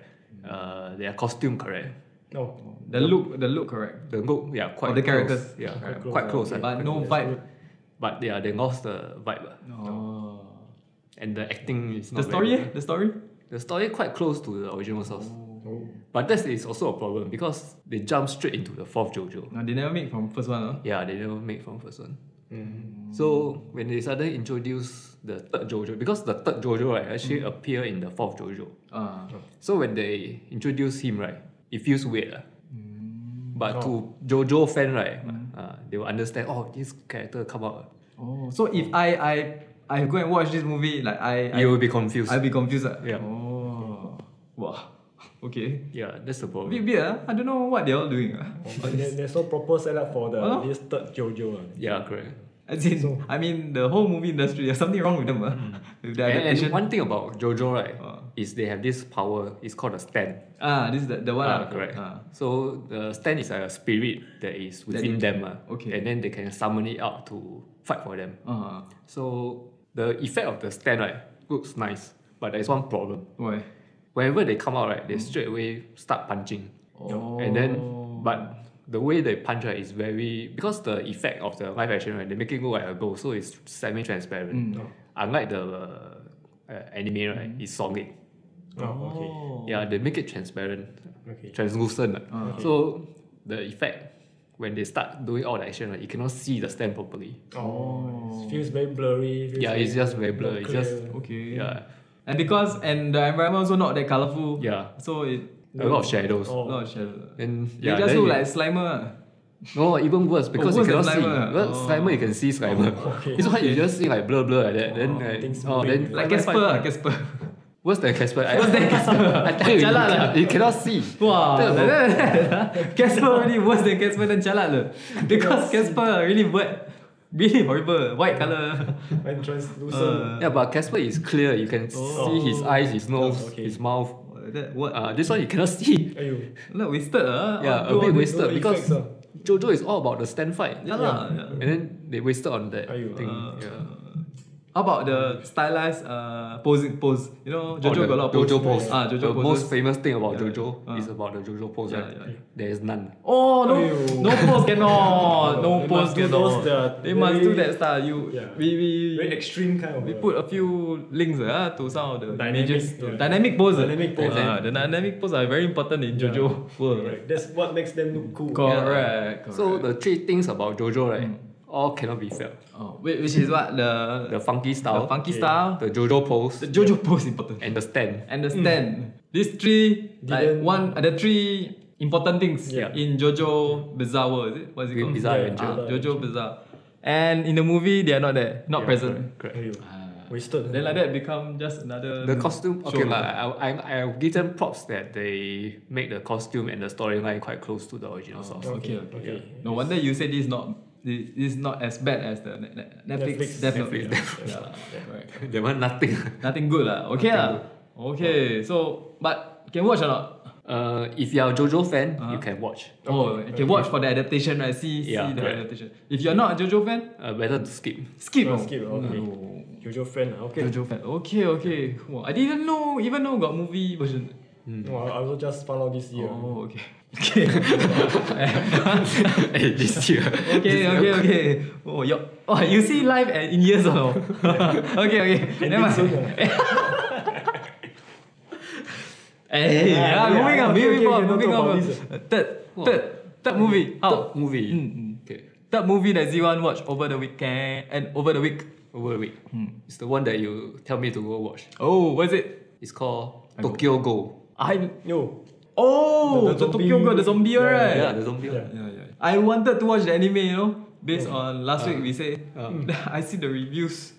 Speaker 3: Uh, their costume correct.
Speaker 2: no,
Speaker 1: The look, the look correct.
Speaker 3: Oh, The look, yeah,
Speaker 1: Of
Speaker 3: quite
Speaker 1: the
Speaker 3: close.
Speaker 1: characters.
Speaker 3: yeah,
Speaker 2: Quite
Speaker 3: quite,
Speaker 2: close, yeah.
Speaker 3: quite close.
Speaker 2: Okay,
Speaker 3: yeah.
Speaker 1: But no
Speaker 2: That's
Speaker 1: vibe.
Speaker 2: good.
Speaker 3: but yeah, they lost the vibe, ah.
Speaker 1: Oh.
Speaker 3: and the acting is
Speaker 1: The
Speaker 3: not
Speaker 1: story,
Speaker 3: Very
Speaker 1: eh? the story.
Speaker 3: The story quite close to the original source.
Speaker 2: Oh.
Speaker 3: But this is also a problem because they jump straight into the fourth JoJo.
Speaker 1: No, they never make from first one. Huh?
Speaker 3: Yeah, they never make from first one. Mm. So when they suddenly introduce the third JoJo, because the third JoJo right
Speaker 1: Mm.
Speaker 3: actually appear in the fourth JoJo.
Speaker 1: Uh,
Speaker 3: So when they introduce him right, it feels weird. ah.
Speaker 1: Mm.
Speaker 3: But to JoJo fan right, uh, they will understand. Oh, this character come out.
Speaker 1: oh, so if I I I go and watch this movie, like I I
Speaker 3: You will be confused.
Speaker 1: I'll be confused. ah.
Speaker 3: Yeah.
Speaker 1: Oh. Wow. Okay.
Speaker 3: yeah, that's
Speaker 1: A
Speaker 3: the problem.
Speaker 1: bit weird. ah. I don't know what they're all doing. ah.
Speaker 2: But there, there's no proper setup for the
Speaker 1: Oh.
Speaker 2: this third JoJo. ah.
Speaker 3: Yeah, correct.
Speaker 1: As in, I mean, the whole movie industry, there's something wrong with them. ah.
Speaker 3: Hmm.
Speaker 1: With the
Speaker 3: And,
Speaker 1: adaptation.
Speaker 3: and one thing about JoJo right
Speaker 1: Ah.
Speaker 3: is they have this power. It's called a stand.
Speaker 1: Ah, this is the, the one.
Speaker 3: Ah,
Speaker 1: ah.
Speaker 3: correct.
Speaker 1: Ah.
Speaker 3: So the stand is a spirit that is within
Speaker 1: they
Speaker 3: them. ah.
Speaker 1: okay.
Speaker 3: And then they can summon it out to fight for them.
Speaker 1: Uh,
Speaker 3: So the effect of the stand right looks nice, but there's one problem.
Speaker 1: why?
Speaker 3: Whenever they come out right, they straight away start punching.
Speaker 1: Oh.
Speaker 3: And then but the way they punch right is very because the effect of the live action right, they make it look like a goal, so it's semi transparent.
Speaker 1: Hmm.
Speaker 3: Unlike the uh, uh, anime right, it's solid.
Speaker 2: Oh, okay.
Speaker 3: Yeah, they make it transparent
Speaker 2: Okay.
Speaker 3: translucent. lah.
Speaker 1: Ah,
Speaker 3: So the effect when they start doing all the action, like, you cannot see the stand properly.
Speaker 2: Oh, it feels very blurry. feels
Speaker 3: Yeah, it's just very
Speaker 2: not
Speaker 3: blurry, it's
Speaker 2: clear.
Speaker 3: just-
Speaker 1: Okay.
Speaker 3: Yeah,
Speaker 1: And because and the environment also not that colorful.
Speaker 3: yeah,
Speaker 1: So it
Speaker 3: a lot of shadows.
Speaker 2: Oh.
Speaker 1: not shadow.
Speaker 3: And
Speaker 1: They
Speaker 3: yeah,
Speaker 1: just
Speaker 3: then
Speaker 1: look
Speaker 3: you-
Speaker 1: like Slimer.
Speaker 3: no even worse because
Speaker 1: worse
Speaker 3: you
Speaker 1: than
Speaker 3: cannot see.
Speaker 1: Slimer.
Speaker 3: Well,
Speaker 1: Oh.
Speaker 3: Slimer you can see Slimer.
Speaker 2: okay.
Speaker 3: It's why you just see like blur blur like that. Then
Speaker 2: Oh,
Speaker 3: like,
Speaker 2: things
Speaker 3: oh
Speaker 2: moving.
Speaker 3: then
Speaker 1: Like
Speaker 3: fight, fight,
Speaker 1: Casper,
Speaker 3: fight.
Speaker 1: Casper.
Speaker 3: Worse than Casper. Worse than Casper. I tell you, you,
Speaker 1: Jialat lah.
Speaker 3: cannot, you cannot see.
Speaker 1: Wow,
Speaker 3: Then,
Speaker 1: like that. Casper already worse than Casper than Jalat le. Because Casper really wet, really horrible, white color.
Speaker 2: And translucent.
Speaker 1: Uh,
Speaker 3: Yeah, but Casper is clear. You can
Speaker 1: Oh.
Speaker 3: see his eyes, his nose,
Speaker 2: Okay.
Speaker 3: his mouth.
Speaker 1: that what?
Speaker 3: Uh, this one you cannot see.
Speaker 2: Aiyo.
Speaker 1: Look wasted ah.
Speaker 3: Yeah,
Speaker 1: All
Speaker 3: a bit
Speaker 1: the-
Speaker 3: wasted
Speaker 2: no
Speaker 3: because
Speaker 2: effects, ah.
Speaker 3: JoJo is all about the stand fight.
Speaker 1: Yeah, lah. yeah.
Speaker 3: And then they wasted on that
Speaker 2: Aiyo.
Speaker 3: thing.
Speaker 1: Uh,
Speaker 3: yeah.
Speaker 1: How Uh, about the stylized uh, posing pose? You know,
Speaker 3: Oh, the
Speaker 1: Jojo got a lot of
Speaker 3: JoJo pose.
Speaker 1: Ah,
Speaker 3: the
Speaker 1: Jojo pose.
Speaker 3: most famous thing about JoJo
Speaker 1: yeah.
Speaker 3: is about the JoJo pose.
Speaker 1: Yeah,
Speaker 3: right?
Speaker 1: yeah, yeah.
Speaker 3: There is none.
Speaker 1: Oh no,
Speaker 2: Aiyo.
Speaker 1: no pose cannot. No
Speaker 2: They
Speaker 1: pose
Speaker 2: must do
Speaker 1: cannot.
Speaker 2: those that
Speaker 1: they must
Speaker 2: very-
Speaker 1: do that style. You
Speaker 2: Yeah.
Speaker 1: we
Speaker 2: Very
Speaker 1: we
Speaker 2: extreme kind of.
Speaker 1: we
Speaker 2: uh,
Speaker 1: put a few links uh, to some of the
Speaker 2: Dynamic,
Speaker 1: images.
Speaker 2: yeah.
Speaker 1: Dynamic pose. ah.
Speaker 2: Dynamic pose, eh?
Speaker 1: Ah, the dynamic pose are very important in JoJo world.
Speaker 2: Right. That's what makes them look cool.
Speaker 1: Correct. correct.
Speaker 3: So the three things about JoJo, right, all cannot be felt.
Speaker 1: oh, whi- which is what the
Speaker 3: The funky style,
Speaker 1: the funky style,
Speaker 3: the JoJo pose,
Speaker 1: the JoJo pose important.
Speaker 3: and the stand.
Speaker 1: Understand Mm. these three like
Speaker 2: Didn't-
Speaker 1: one uh, the three important things
Speaker 2: Yeah.
Speaker 1: in JoJo Bizarre World is it? What is it
Speaker 3: Bi-
Speaker 1: called?
Speaker 3: Bizarre
Speaker 1: Yeah,
Speaker 3: Adventure.
Speaker 1: ah, JoJo Bizarre. And in the movie they are not there, not
Speaker 3: Yeah,
Speaker 1: present. Uh,
Speaker 3: correct, correct.
Speaker 2: Aiyo. Wasted.
Speaker 1: Ah. Then like that become just another
Speaker 3: The costume, okay,
Speaker 1: show.
Speaker 3: lah. I, I, I'll give them props that they make the costume and the storyline quite close to the original source.
Speaker 1: Okay, okay.
Speaker 2: Okay.
Speaker 1: No wonder you say this is not this is not as bad as the Net- Net- Netflix
Speaker 2: Netflix,
Speaker 1: definitely.
Speaker 3: Netflix,
Speaker 1: Yeah, correct.
Speaker 3: They want nothing.
Speaker 1: Nothing good lah. Okay lah. Okay, so but can watch or not?
Speaker 3: Uh, if you're a JoJo fan, you can watch.
Speaker 1: Oh, you can watch for the adaptation, right? See,
Speaker 3: Yeah,
Speaker 1: see the
Speaker 3: correct.
Speaker 1: adaptation. If you're not a JoJo fan,
Speaker 3: Uh, better to skip.
Speaker 1: Skip.
Speaker 2: Oh,
Speaker 1: oh.
Speaker 2: skip, okay.
Speaker 1: No.
Speaker 2: Jojo friend. ah, Okay.
Speaker 1: Jojo fan. Okay, okay. Wow, I didn't know, even know got movie version.
Speaker 2: No, I I also just found out this year.
Speaker 1: Oh, okay. Okay,
Speaker 3: Eh, this year.
Speaker 1: okay, okay, okay. Oh, yo, oh, you see live at in years or no?
Speaker 2: ah.
Speaker 1: okay, okay. Never
Speaker 2: Ending soon,
Speaker 1: mind.
Speaker 2: ah.
Speaker 1: Hey, yeah,
Speaker 2: Yeah, yeah.
Speaker 1: moving on,
Speaker 2: Okay,
Speaker 1: moving
Speaker 2: okay,
Speaker 1: on,
Speaker 2: okay, don't
Speaker 1: moving
Speaker 2: talk
Speaker 1: on. Uh,
Speaker 2: about this.
Speaker 1: Third, third, third movie.
Speaker 3: Third
Speaker 1: How?
Speaker 3: movie.
Speaker 1: Mm,
Speaker 3: Okay.
Speaker 1: Third movie that Z1 watched over the weekend and over the week.
Speaker 3: Over the week. Oh, It's the one that you tell me to go watch.
Speaker 1: Oh, what's it?
Speaker 3: It's called Tokyo Go.
Speaker 1: I
Speaker 2: No.
Speaker 1: oh, the, Tokyo
Speaker 2: The- the zombie-
Speaker 1: Ghoul, the zombie,
Speaker 2: Yeah,
Speaker 1: one, right?
Speaker 3: Yeah, the zombie.
Speaker 2: Yeah.
Speaker 3: one.
Speaker 4: Yeah, yeah.
Speaker 1: I wanted to watch the anime, you know, based on last
Speaker 2: Ah.
Speaker 1: week we say. I see the reviews,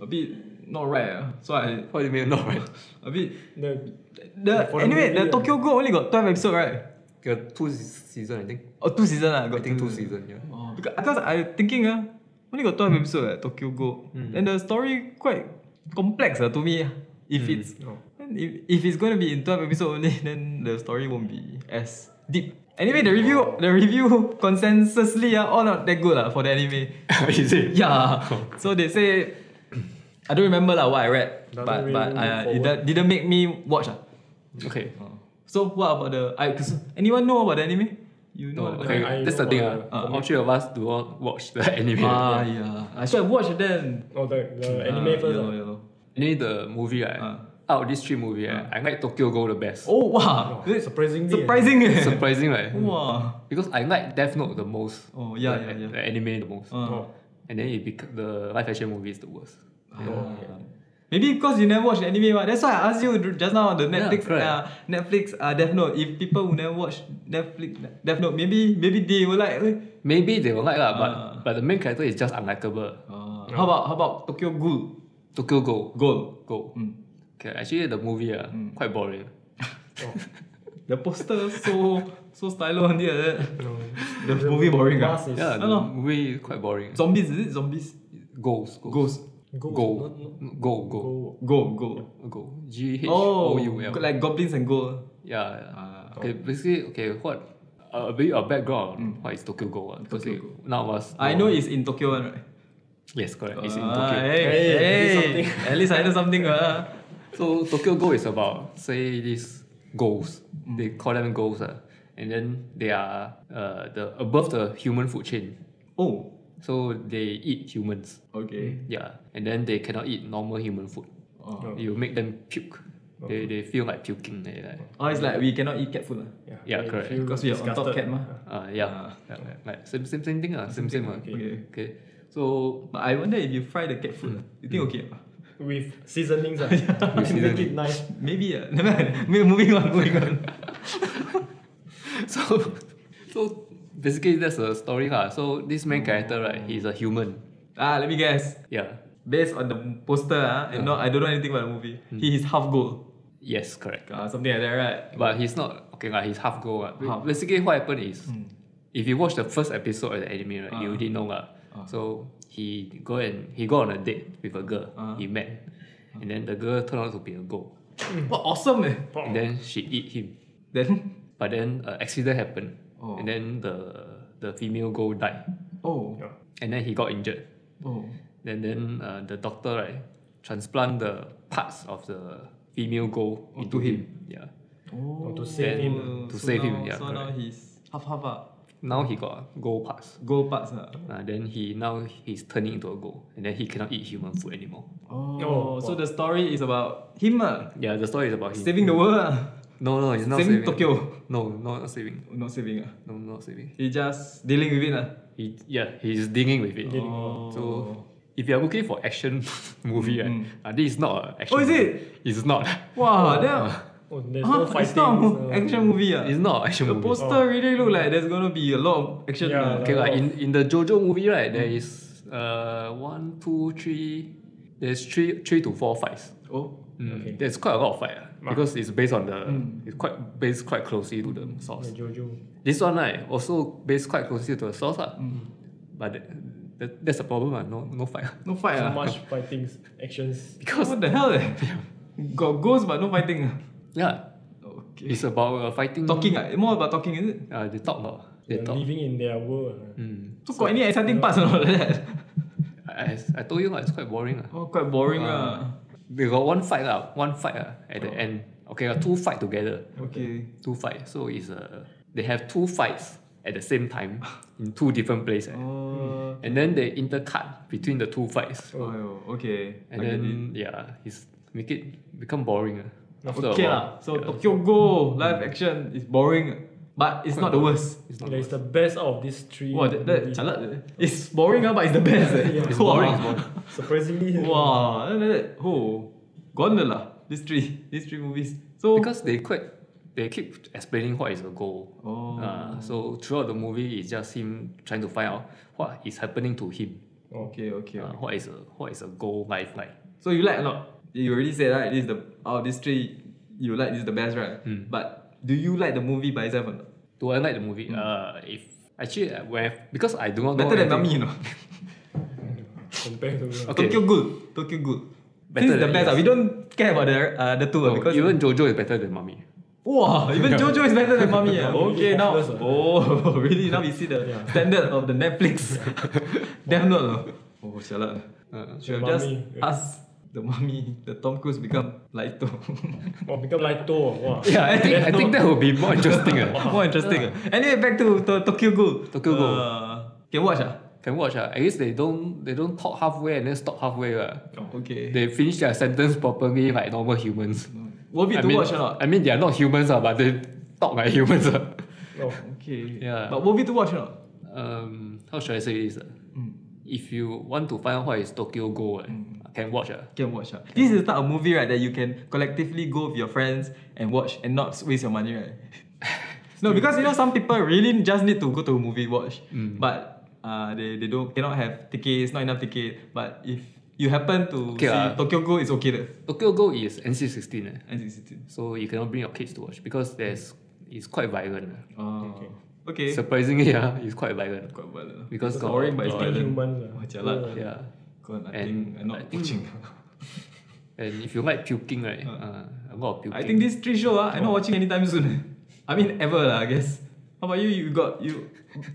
Speaker 1: a bit not right. ah. So I
Speaker 3: What do you mean not right?
Speaker 1: a bit
Speaker 2: The,
Speaker 1: the
Speaker 2: For the
Speaker 1: anyway
Speaker 2: movie,
Speaker 1: the
Speaker 2: yeah.
Speaker 1: Tokyo Go only got twelve episode, right?
Speaker 3: Yeah, two se- season I think.
Speaker 1: Or two season ah,
Speaker 3: I
Speaker 1: got
Speaker 3: think two season. Yeah.
Speaker 1: Oh. Because, because I thinking ah, only got twelve episode ah, Tokyo Go,
Speaker 2: Hmm.
Speaker 1: and the story quite complex ah, to me. ah. If it's
Speaker 2: oh.
Speaker 1: and if, if it's gonna be in twelve episode only, then the story won't be as deep. Anyway, the review the review consensusly ah, all not that good ah, for the anime.
Speaker 3: Is it?
Speaker 1: Yeah. so they say I don't remember lah what I read,
Speaker 2: Doesn't
Speaker 1: but
Speaker 2: really
Speaker 1: but uh,
Speaker 2: look
Speaker 1: it
Speaker 2: forward.
Speaker 1: do- didn't make me watch ah.
Speaker 3: Okay.
Speaker 1: So what about the I? Cause anyone know about the anime? You know.
Speaker 3: No,
Speaker 1: about the
Speaker 3: okay.
Speaker 2: I- I
Speaker 3: That's the
Speaker 2: know,
Speaker 3: thing.
Speaker 2: uh,
Speaker 3: ah. all three of us do not watch the anime.
Speaker 1: Ah yeah. I should have watched then.
Speaker 2: oh, the, the
Speaker 1: Ah,
Speaker 2: anime first.
Speaker 1: yellow,
Speaker 2: ah.
Speaker 1: yellow.
Speaker 3: Anyway, the movie. right?
Speaker 1: Ah.
Speaker 3: Out of these three movie, right, I like Tokyo Go the best.
Speaker 1: Oh wow.
Speaker 2: Oh, surprisingly, eh.
Speaker 1: Surprising. eh.
Speaker 3: Surprising, right?
Speaker 1: Wow.
Speaker 3: Because I like Death Note the most.
Speaker 1: Oh, yeah,
Speaker 3: the,
Speaker 1: yeah, yeah.
Speaker 3: The anime the most.
Speaker 1: Uh,
Speaker 2: Oh.
Speaker 3: And then it bec- the live action movie is the worst.
Speaker 1: ah. Maybe because you never watched the anime, right? that's why I asked you just now on the
Speaker 3: Yeah,
Speaker 1: Netflix,
Speaker 3: correct.
Speaker 1: uh, Netflix, uh, Death Note. If people who never watched Netflix, Death Note, maybe maybe they will like. eh.
Speaker 3: Maybe they will like that,
Speaker 1: Ah.
Speaker 3: but but the main character is just unlikable.
Speaker 1: How about how about Tokyo Ghoul?
Speaker 3: Tokyo Go.
Speaker 1: Gold.
Speaker 3: Go.
Speaker 1: Mm.
Speaker 3: Okay, actually the movie uh,
Speaker 1: Hmm.
Speaker 3: quite boring.
Speaker 1: The poster so so stylo on there.
Speaker 2: No.
Speaker 1: The movie boring ah.
Speaker 2: Mask is
Speaker 3: Yeah, the
Speaker 1: Hello.
Speaker 3: movie quite boring.
Speaker 1: Zombies is it zombies?
Speaker 3: Goals.
Speaker 1: Ghosts.
Speaker 2: Go.
Speaker 3: Go.
Speaker 2: not- not-
Speaker 3: Go. Go.
Speaker 2: go.
Speaker 1: Go go.
Speaker 3: Go. G H
Speaker 1: Oh,
Speaker 3: O U L.
Speaker 1: like goblins and gold.
Speaker 3: Yeah. yeah.
Speaker 1: Ah.
Speaker 3: okay, basically, okay, what uh, a bit of background. on What is Tokyo Go? Uh, because
Speaker 1: Hmm. Tokyo
Speaker 3: it, none of us.
Speaker 1: I know it's in Tokyo one, right?
Speaker 3: Yes, correct. it's in
Speaker 1: Ah,
Speaker 3: Tokyo.
Speaker 1: Hey,
Speaker 2: Hey, at least
Speaker 1: hey,
Speaker 2: something.
Speaker 1: at least I know something. ah.
Speaker 3: So Tokyo Go is about say these goals.
Speaker 2: Mm.
Speaker 3: They call them goals, uh, and then they are uh, the above the human food chain.
Speaker 1: Oh,
Speaker 3: So they eat humans.
Speaker 1: okay.
Speaker 3: Yeah, and then they cannot eat normal human food.
Speaker 1: Oh.
Speaker 2: Oh.
Speaker 3: You make them puke. They, they feel like puking. They like,
Speaker 1: oh, it's like we cannot eat cat food. lah.
Speaker 2: Yeah,
Speaker 3: Yeah,
Speaker 2: they
Speaker 3: correct.
Speaker 2: feel
Speaker 1: Because we are on top cat
Speaker 2: disgusted.
Speaker 1: mah.
Speaker 3: uh, yeah,
Speaker 1: Ah.
Speaker 3: yeah, like same same same thing. Uh, same same. uh.
Speaker 2: okay.
Speaker 1: Okay.
Speaker 3: okay, so
Speaker 1: But I wonder if you fry the cat food, ah, you think okay? ah?
Speaker 2: With seasonings. ah. Make it
Speaker 3: With seasoning.
Speaker 2: nice.
Speaker 1: Maybe. ah. Never mind. Mo- Moving on, moving on.
Speaker 3: so so basically that's the story lah. So this
Speaker 2: Oh.
Speaker 3: main character right, he's a human.
Speaker 1: Ah, let me guess.
Speaker 3: Yeah.
Speaker 1: Based on the poster, ah, and not I don't know anything about the movie. He is half gold.
Speaker 3: Yes, correct.
Speaker 1: Ah, something like that, right?
Speaker 3: But he's not okay. Like he's half gold. ah. Ba-
Speaker 1: Half.
Speaker 3: Basically, what happened is, if you watch the first episode of the anime, right,
Speaker 1: Hmm. Ah.
Speaker 3: you already know lah. So he go and he go on a date with a girl
Speaker 1: Ah.
Speaker 3: he met, and then the girl turned out to be a gold.
Speaker 1: What awesome, eh?
Speaker 3: And then she eat him,
Speaker 1: Then,
Speaker 3: but then an accident happened,
Speaker 1: Oh.
Speaker 3: and then the the female gold died,
Speaker 1: oh,
Speaker 2: Yeah.
Speaker 3: and then he got injured.
Speaker 1: oh,
Speaker 3: Then then uh, the doctor right transplant the parts of the female gold into him. Yeah.
Speaker 1: oh.
Speaker 2: to save him, ah.
Speaker 3: To
Speaker 1: so
Speaker 3: save
Speaker 1: now,
Speaker 3: him, yeah,
Speaker 1: So now he's half half ah.
Speaker 3: Now he got gold parts.
Speaker 1: Gold parts ah.
Speaker 3: Uh, then he now he's turning into a goat, and then he cannot eat human food anymore.
Speaker 1: Oh,
Speaker 2: Oh,
Speaker 1: so
Speaker 2: wow.
Speaker 1: the story is about him ah.
Speaker 3: Yeah, the story is about him.
Speaker 1: Saving the world ah.
Speaker 3: No, no, it's not
Speaker 1: Saving
Speaker 3: saving,
Speaker 1: Tokyo.
Speaker 3: No, no, not saving.
Speaker 1: Not saving ah.
Speaker 3: No, not saving.
Speaker 1: He just dealing with it ah.
Speaker 3: He yeah, he's digging with it.
Speaker 2: Dealing.
Speaker 1: Oh.
Speaker 3: So if you are looking for action movie, right, uh, this is not a action.
Speaker 1: Oh, is
Speaker 3: movie.
Speaker 1: it?
Speaker 3: It's not.
Speaker 1: Wow, that
Speaker 2: Oh, there's
Speaker 1: huh,
Speaker 2: no fighting. uh,
Speaker 1: it's not a mo-
Speaker 2: there's no-
Speaker 1: action movie ah.
Speaker 3: It's not a action
Speaker 1: The
Speaker 3: movie.
Speaker 1: poster really look like there's gonna be a lot of action.
Speaker 2: Yeah,
Speaker 1: ah.
Speaker 2: like-
Speaker 3: Okay, like in, in the JoJo movie, right,
Speaker 1: Mm.
Speaker 3: there is uh one, two, three. There's three, three to four fights.
Speaker 1: Oh,
Speaker 3: Mm,
Speaker 2: Okay.
Speaker 3: There's quite a lot of fight ah,
Speaker 2: Ah.
Speaker 3: because it's based on the
Speaker 1: Mm.
Speaker 3: it's quite based quite closely to the source.
Speaker 2: The Jojo.
Speaker 3: This one right also based quite closely to the source lah.
Speaker 1: Mm.
Speaker 3: But that, that, that's the problem ah, no no fight.
Speaker 1: no fight ah.
Speaker 2: So much fighting actions.
Speaker 1: Because what the hell? Eh? Got ghosts but no fighting. ah.
Speaker 3: Yeah,
Speaker 1: Okay.
Speaker 3: it's about uh, fighting.
Speaker 1: Talking ah, more about talking is it?
Speaker 3: Uh, they talk lah. They
Speaker 2: They're
Speaker 3: talk.
Speaker 2: living in their world. ah.
Speaker 3: Mm.
Speaker 1: So got any exciting parts or not like that?
Speaker 3: I, I- I told you lah, it's quite boring ah.
Speaker 1: Oh, quite boring
Speaker 3: Ah.
Speaker 1: ah.
Speaker 3: They got one fight lah, one fight ah at the end. Okay, uh, two fight together.
Speaker 1: Okay.
Speaker 3: Two fight. So it's uh, they have two fights at the same time in two different places.
Speaker 1: Oh.
Speaker 3: And then they intercut between the two fights.
Speaker 1: Oh, okay.
Speaker 3: Hmm. And
Speaker 1: I get it.
Speaker 3: then yeah, it's make it become boring. ah. After
Speaker 1: okay
Speaker 3: a while.
Speaker 1: lah. So
Speaker 3: Yeah.
Speaker 1: Tokyo Go live action is boring, but it's not the worst.
Speaker 3: It's not
Speaker 2: Yeah, it's the best out of these three.
Speaker 1: Wow, that, that
Speaker 2: movies.
Speaker 1: jialat eh. It's boring ah, but it's the best. Eh.
Speaker 2: Yeah.
Speaker 3: It's
Speaker 1: Wow.
Speaker 3: boring, it's boring.
Speaker 2: Surprisingly,
Speaker 1: Wow, that, that, that, oh, gone lah. These three, these three movies. So
Speaker 3: Because they quite, they keep explaining what is the goal.
Speaker 1: oh,
Speaker 3: Uh, so throughout the movie, it's just him trying to find out what is happening to him.
Speaker 1: okay, okay.
Speaker 3: Uh, what is a what is a goal life like?
Speaker 1: So you like or not? You already said right. This is the out of these three, you like this is the best, right? But do you like the movie by itself or not?
Speaker 3: Do I like the movie? Uh, if actually uh, when I- because I do not know
Speaker 1: Hmm. Better than
Speaker 3: anything-
Speaker 1: Mummy, you know.
Speaker 2: compared to uh,
Speaker 3: Okay.
Speaker 1: Tokyo Ghoul, Tokyo Ghoul. This
Speaker 3: Better
Speaker 1: is the
Speaker 3: than-
Speaker 1: best. ah.
Speaker 3: yes.
Speaker 1: We don't care about the uh, the two ah,
Speaker 3: No,
Speaker 1: because
Speaker 3: even Jojo is better than Mummy.
Speaker 1: Wow, even Jojo is better than Mummy. ah.
Speaker 2: Mummy
Speaker 1: Okay, now
Speaker 2: hopeless, ah.
Speaker 1: oh really now we see the
Speaker 2: Yeah.
Speaker 1: standard of the Netflix. Damn not ah. Oh, shut up.
Speaker 3: Uh,
Speaker 1: Should have
Speaker 2: The
Speaker 1: just
Speaker 2: Mummy.
Speaker 1: asked the mummy, the Tom Cruise become Laito.
Speaker 2: Or oh, become uh, Laito. Wow.
Speaker 3: yeah, I think
Speaker 2: There's
Speaker 3: I
Speaker 2: no-
Speaker 3: think that would be more interesting. uh.
Speaker 1: More interesting. ah. Anyway, back to, to Tokyo Ghoul.
Speaker 3: Tokyo Ghoul.
Speaker 1: Uh, can watch ah.
Speaker 3: Can watch. Uh. At least they don't they don't talk halfway and then stop halfway. Uh.
Speaker 1: Okay.
Speaker 3: They finish their sentence properly like normal humans.
Speaker 1: Worth it
Speaker 3: I
Speaker 1: to
Speaker 3: mean,
Speaker 1: watch or not?
Speaker 3: I mean, they are not humans, uh, but they talk like humans. Uh.
Speaker 2: Oh.
Speaker 1: Okay.
Speaker 3: Yeah.
Speaker 1: But worth it to watch or not?
Speaker 3: Um, how should I say this? uh?
Speaker 1: Mm.
Speaker 3: If you want to find out what is Tokyo Go, uh, can watch. Uh.
Speaker 1: Can watch. ah. This is the type of movie right that you can collectively go with your friends and watch and not waste your money, right? no, because you know some people really just need to go to a movie watch,
Speaker 3: Mm.
Speaker 1: but uh, they, they don't cannot have tickets, not enough ticket. But if you happen to
Speaker 3: Okay ah.
Speaker 1: see
Speaker 3: lah.
Speaker 1: Tokyo Go, it's okay. There.
Speaker 3: Tokyo Go is NC16, uh,
Speaker 1: And it's, it's,
Speaker 3: so you cannot bring your kids to watch because there's it's quite violent. uh.
Speaker 1: oh,
Speaker 2: Okay.
Speaker 1: okay.
Speaker 3: Surprisingly, uh, it's quite violent.
Speaker 1: Quite violent.
Speaker 3: Because
Speaker 1: It's
Speaker 3: got-
Speaker 1: boring, but it's
Speaker 3: got-
Speaker 2: Being
Speaker 1: violent.
Speaker 2: human.
Speaker 1: Oh, jialat.
Speaker 3: Yeah.
Speaker 1: God, I
Speaker 3: And
Speaker 1: think I'm
Speaker 3: I
Speaker 1: not
Speaker 3: think-
Speaker 1: watching.
Speaker 3: And if you like puking, right? Uh, a lot of puking.
Speaker 1: I think this three show ah, I'm not watching anytime soon. I mean ever lah, I guess. How about you? You got you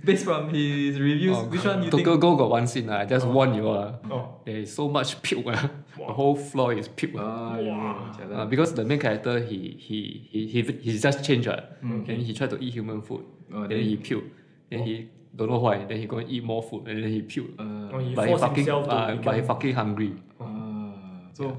Speaker 1: based from his reviews, which one you
Speaker 3: Tokyo
Speaker 1: think? Mm.
Speaker 3: Go got one scene. Uh, I just warn you. Uh,
Speaker 2: Oh.
Speaker 3: There is so much puke. Uh, the whole floor is puke. Uh.
Speaker 1: Ah, yeah,
Speaker 3: Uh,
Speaker 1: jialat.
Speaker 3: because the main character he he he he, he just changed right? and he tried to eat human food.
Speaker 1: Mm, Oh,
Speaker 3: then,
Speaker 1: then- Oh.
Speaker 3: he puke. Then he don't know why. Then he go and eat more food and then he
Speaker 1: Um, Uh,
Speaker 3: puke.
Speaker 2: Oh, he
Speaker 3: but he
Speaker 2: forced
Speaker 3: fucking
Speaker 2: himself to
Speaker 3: uh, but he
Speaker 2: become-
Speaker 3: fucking hungry.
Speaker 1: Ah, so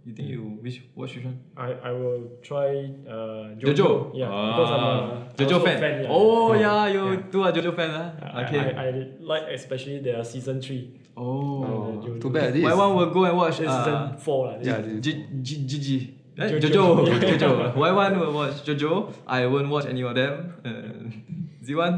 Speaker 1: you think you which watch which one?
Speaker 2: I, I will try uh, Jojo.
Speaker 1: Jojo.
Speaker 2: Yeah,
Speaker 1: ah,
Speaker 2: because I'm a I'm
Speaker 1: Jojo
Speaker 2: also a
Speaker 1: fan.
Speaker 2: fan yeah.
Speaker 1: Oh yeah, you
Speaker 2: Yeah.
Speaker 1: two are Jojo fan ah.
Speaker 2: I-
Speaker 1: Okay.
Speaker 2: I, I like especially their season three.
Speaker 1: oh,
Speaker 2: Uh, Jojo.
Speaker 3: Too bad this.
Speaker 1: my one will go and watch.
Speaker 2: This is
Speaker 1: Uh,
Speaker 2: season four. lah. This
Speaker 3: yeah,
Speaker 2: is-
Speaker 3: this-
Speaker 1: G- G- Gigi. Eh,
Speaker 2: Jojo.
Speaker 1: Jojo,
Speaker 2: Yeah.
Speaker 1: Jojo. Why one will watch Jojo? I won't watch any of them. Uh, Z1,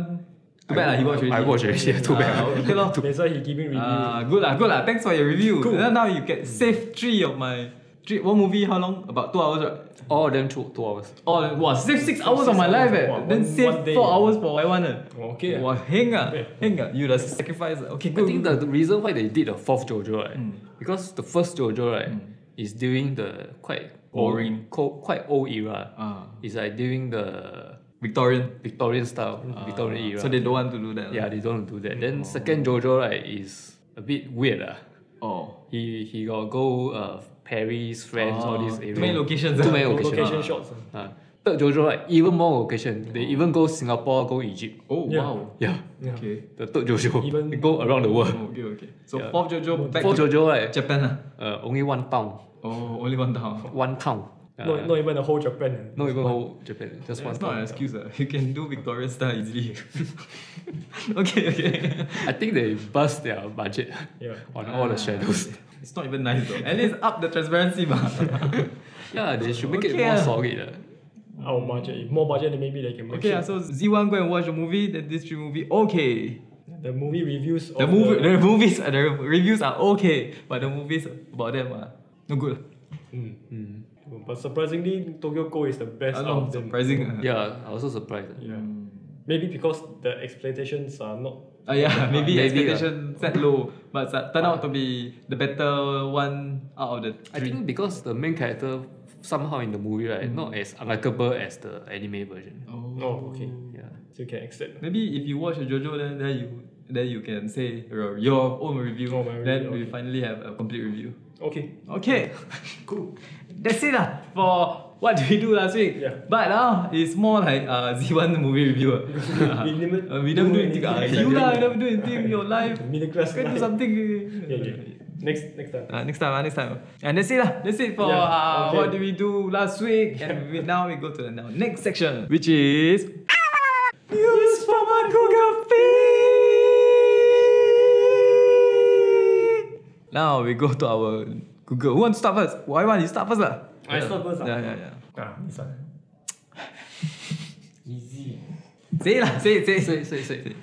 Speaker 1: too bad lah, he watch already.
Speaker 3: I watch already. Yeah, too bad.
Speaker 1: Ah, okay lor.
Speaker 2: That's why he giving review.
Speaker 1: Ah, good lah, good lah. Thanks for your review.
Speaker 2: Cool.
Speaker 1: Now, now you can save three of my three. One movie how long? About two hours, right?
Speaker 3: All of them two, two hours.
Speaker 1: Oh, wow, save six hours of my
Speaker 2: hours.
Speaker 1: life, eh.
Speaker 2: Wow,
Speaker 1: Then
Speaker 2: one-
Speaker 1: save
Speaker 2: one day.
Speaker 1: four hours for Y one, eh.
Speaker 3: Oh,
Speaker 2: Okay.
Speaker 1: Wow, hang ah,
Speaker 2: Okay.
Speaker 1: hang ah. You the sacrifice. ah. Okay,
Speaker 3: I
Speaker 1: good.
Speaker 3: think
Speaker 1: good.
Speaker 3: the, the reason why they did a fourth JoJo right,
Speaker 1: Mm.
Speaker 3: because the first JoJo right is during the quite old-
Speaker 1: Boring.
Speaker 3: co- quite old era.
Speaker 1: Ah,
Speaker 3: It's like during the
Speaker 1: Victorian.
Speaker 3: Victorian style, Victorian era.
Speaker 1: Ah, So they don't want to do that. lah.
Speaker 3: Yeah, they don't do that. Then second Jojo right is a bit weird ah.
Speaker 1: Oh.
Speaker 3: He he got go uh, Paris, France, all
Speaker 1: Oh,
Speaker 3: these
Speaker 1: too
Speaker 3: areas.
Speaker 1: many locations, ah.
Speaker 3: Too many
Speaker 2: Location,
Speaker 3: locations.
Speaker 2: location shots.
Speaker 3: ah.
Speaker 2: ah.
Speaker 3: Ah. Third Jojo right even more location. They even go Singapore, go Egypt.
Speaker 1: Oh
Speaker 2: Yeah.
Speaker 1: wow.
Speaker 3: Yeah,
Speaker 2: Yeah.
Speaker 1: Okay.
Speaker 3: the third Jojo.
Speaker 2: Even-
Speaker 3: they go around the world.
Speaker 1: Oh, okay, okay. So
Speaker 3: Yeah.
Speaker 1: fourth Jojo back
Speaker 3: Fourth
Speaker 1: to
Speaker 3: Jojo right,
Speaker 1: Japan lah.
Speaker 3: uh, only one town,
Speaker 1: Oh, only one down.
Speaker 3: one town. Uh,
Speaker 1: Ah.
Speaker 2: Not, not even the whole Japan. uh.
Speaker 3: not even whole Japan, just one
Speaker 1: It's not
Speaker 3: town.
Speaker 1: an excuse. ah. You can do Victorian style easily. okay, okay.
Speaker 3: I think they bust their budget
Speaker 2: Yeah.
Speaker 3: on all the
Speaker 1: Ah,
Speaker 3: shadows.
Speaker 1: It's not even nice though. At least up the transparency bar.
Speaker 3: Yeah, they should make it
Speaker 1: Okay,
Speaker 3: more
Speaker 1: ah.
Speaker 3: solid. ah.
Speaker 2: Our budget. If more budget, then maybe they can make
Speaker 1: okay, ah,
Speaker 2: it.
Speaker 1: so Z1 go and watch the movie, then this three movie, okay.
Speaker 2: The movie reviews.
Speaker 1: The
Speaker 3: Oh,
Speaker 2: of
Speaker 1: movie the movies uh, the reviews are okay, but the movies about them are no good.
Speaker 2: Mm. But surprisingly, Tokyo Go is the best
Speaker 1: I
Speaker 2: out
Speaker 1: know,
Speaker 2: of them.
Speaker 1: surprising. ah.
Speaker 3: Yeah, I also surprised. ah.
Speaker 2: Yeah. Maybe because the expectations are not.
Speaker 1: Ah, yeah, maybe,
Speaker 3: Maybe,
Speaker 2: lah.
Speaker 3: ah.
Speaker 1: expectation set low, but it turned out
Speaker 2: Ah.
Speaker 1: to be the better one out of the
Speaker 3: I
Speaker 1: three.
Speaker 3: think because the main character somehow in the movie right
Speaker 1: Mm.
Speaker 3: not as unlikable as the anime version.
Speaker 2: Oh, okay.
Speaker 3: Yeah.
Speaker 2: So you can accept.
Speaker 1: Maybe if you watch JoJo, then then you then you can say your, your own review.
Speaker 2: Oh, my review,
Speaker 1: then we
Speaker 2: okay.
Speaker 1: finally have a complete review.
Speaker 2: Okay.
Speaker 1: Okay, cool. That's it lah for what we do last week.
Speaker 2: Yeah.
Speaker 1: But now it's more like uh, Z1 movie review. ah.
Speaker 2: We never
Speaker 1: Uh, we don't do
Speaker 2: do
Speaker 1: anything.
Speaker 2: anything
Speaker 1: ah,
Speaker 2: exciting.
Speaker 1: you lah, never do anything. Your life.
Speaker 2: Middle class
Speaker 1: Can do
Speaker 2: life.
Speaker 1: something.
Speaker 2: yeah. Next next time.
Speaker 1: Uh, next time, uh, next time. And that's it. lah. That's it for
Speaker 2: Yeah,
Speaker 1: uh,
Speaker 2: okay.
Speaker 1: what did we do last week. And we, now we go to the now next section, which is news from Google Now we go to our Google. Who wants to start first? Why one? You start first, lah.
Speaker 2: I start first, ah?
Speaker 1: Yeah, yeah, yeah.
Speaker 2: Ah, this one. Easy.
Speaker 1: Say it, lah. Say it, say it.
Speaker 3: Say it, say it, say it.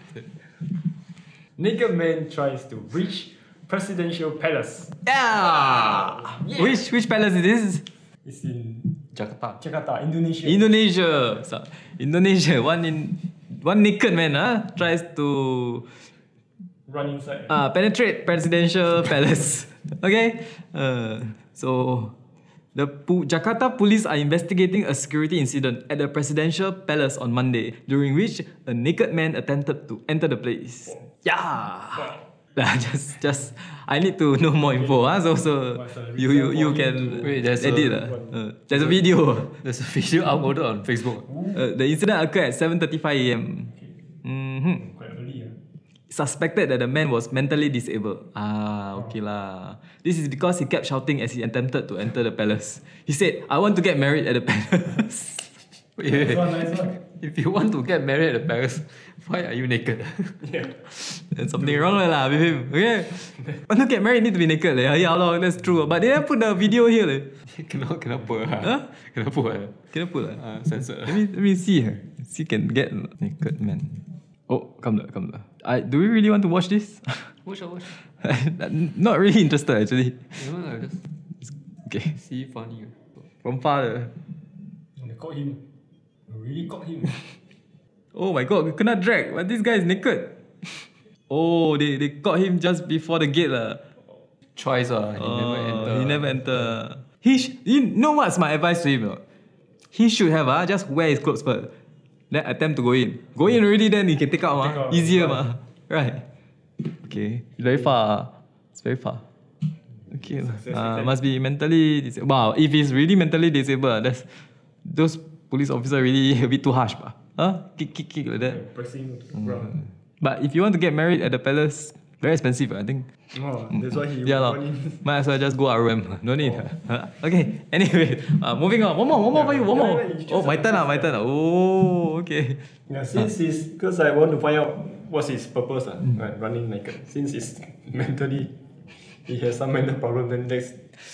Speaker 2: Naked man tries to reach presidential palace.
Speaker 1: Yeah.
Speaker 2: Yeah.
Speaker 1: Which which palace is this?
Speaker 2: It's in
Speaker 3: Jakarta.
Speaker 2: Jakarta, Indonesia.
Speaker 1: Indonesia. So, Indonesia. One in one naked man ah tries to
Speaker 2: Run inside.
Speaker 1: uh, penetrate presidential palace. Okay. Uh, so the Pu- Jakarta police are investigating a security incident at the presidential palace on Monday, during which a naked man attempted to enter the place. Yeah. Nah, just just I need to know more info. Ah, so so
Speaker 2: What's the
Speaker 1: you you
Speaker 2: reason
Speaker 1: you
Speaker 2: for him
Speaker 1: can
Speaker 2: to-
Speaker 3: Wait, there's
Speaker 1: edit
Speaker 3: a-
Speaker 1: ah. Uh, there's a video.
Speaker 3: There's a video uploaded on Facebook.
Speaker 1: Uh, the incident occurred at 7:35 a.m. hmm
Speaker 2: Quite early. ah.
Speaker 1: Suspected that the man was mentally disabled. Ah, okay lah. This is because he kept shouting as he attempted to enter the palace. He said, "I want to get married at the palace."
Speaker 3: Wait, wait,
Speaker 2: Nice
Speaker 3: wait.
Speaker 2: one, nice one.
Speaker 3: If you want to get married at Paris, why are you naked?
Speaker 2: Yeah.
Speaker 1: There's something wrong lah with him. Okay, want to get married need to be naked leh. Yeah, lor, that's true. But they never put the video here leh.
Speaker 3: cannot, cannot put.
Speaker 1: Huh?
Speaker 3: Huh? Cannot put. Uh,
Speaker 1: Can I put lah?
Speaker 3: uh, censored.
Speaker 1: Let me let me see here. See can get naked man. Oh, come lah, come lah. I do we really want to watch this?
Speaker 3: Watch, watch.
Speaker 1: Not really interested actually.
Speaker 3: You know, I just
Speaker 1: Okay.
Speaker 3: see funny. ah.
Speaker 1: From far. eh.
Speaker 2: And they caught him. Really caught him.
Speaker 1: Oh my god, we cannot drag. But this guy is naked. oh, they, they caught him just before the gate. lah.
Speaker 3: Choice, uh, he never
Speaker 1: Oh,
Speaker 3: enter.
Speaker 1: He never enter. He sh- you know what's my advice to him? or not? He should have uh, just wear his clothes first. Then attempt to go in. Go in already, then he can take out.
Speaker 2: Take
Speaker 1: mah.
Speaker 2: out,
Speaker 1: Easier.
Speaker 2: right.
Speaker 1: mah. Right. Okay. Very far. ah. It's very far. Okay. lah.
Speaker 2: Success
Speaker 1: Ah,
Speaker 2: attempt.
Speaker 1: must be mentally disabled. Wow, if he's really mentally disabled, ah, that's those police officer really a bit too harsh. Bah. Huh? Kick, kick, kick like that.
Speaker 2: Yeah, pressing to the ground.
Speaker 1: But if you want to get married at the palace, very expensive, I think.
Speaker 2: Oh, that's why he
Speaker 1: Mm. yeah, lah.
Speaker 2: run in.
Speaker 1: Might as well just go RM. No need. okay. Anyway, uh, moving on. One more, one more for you. One
Speaker 2: Oh. Yeah,
Speaker 1: more.
Speaker 2: yeah, you choose
Speaker 1: Oh, my turn, ah, my turn. ah. Oh, okay.
Speaker 2: Yeah, since he's because I want to find out what's his purpose, ah,
Speaker 1: Mm.
Speaker 2: right, running naked. Since he's mentally he has some mental problem, then that's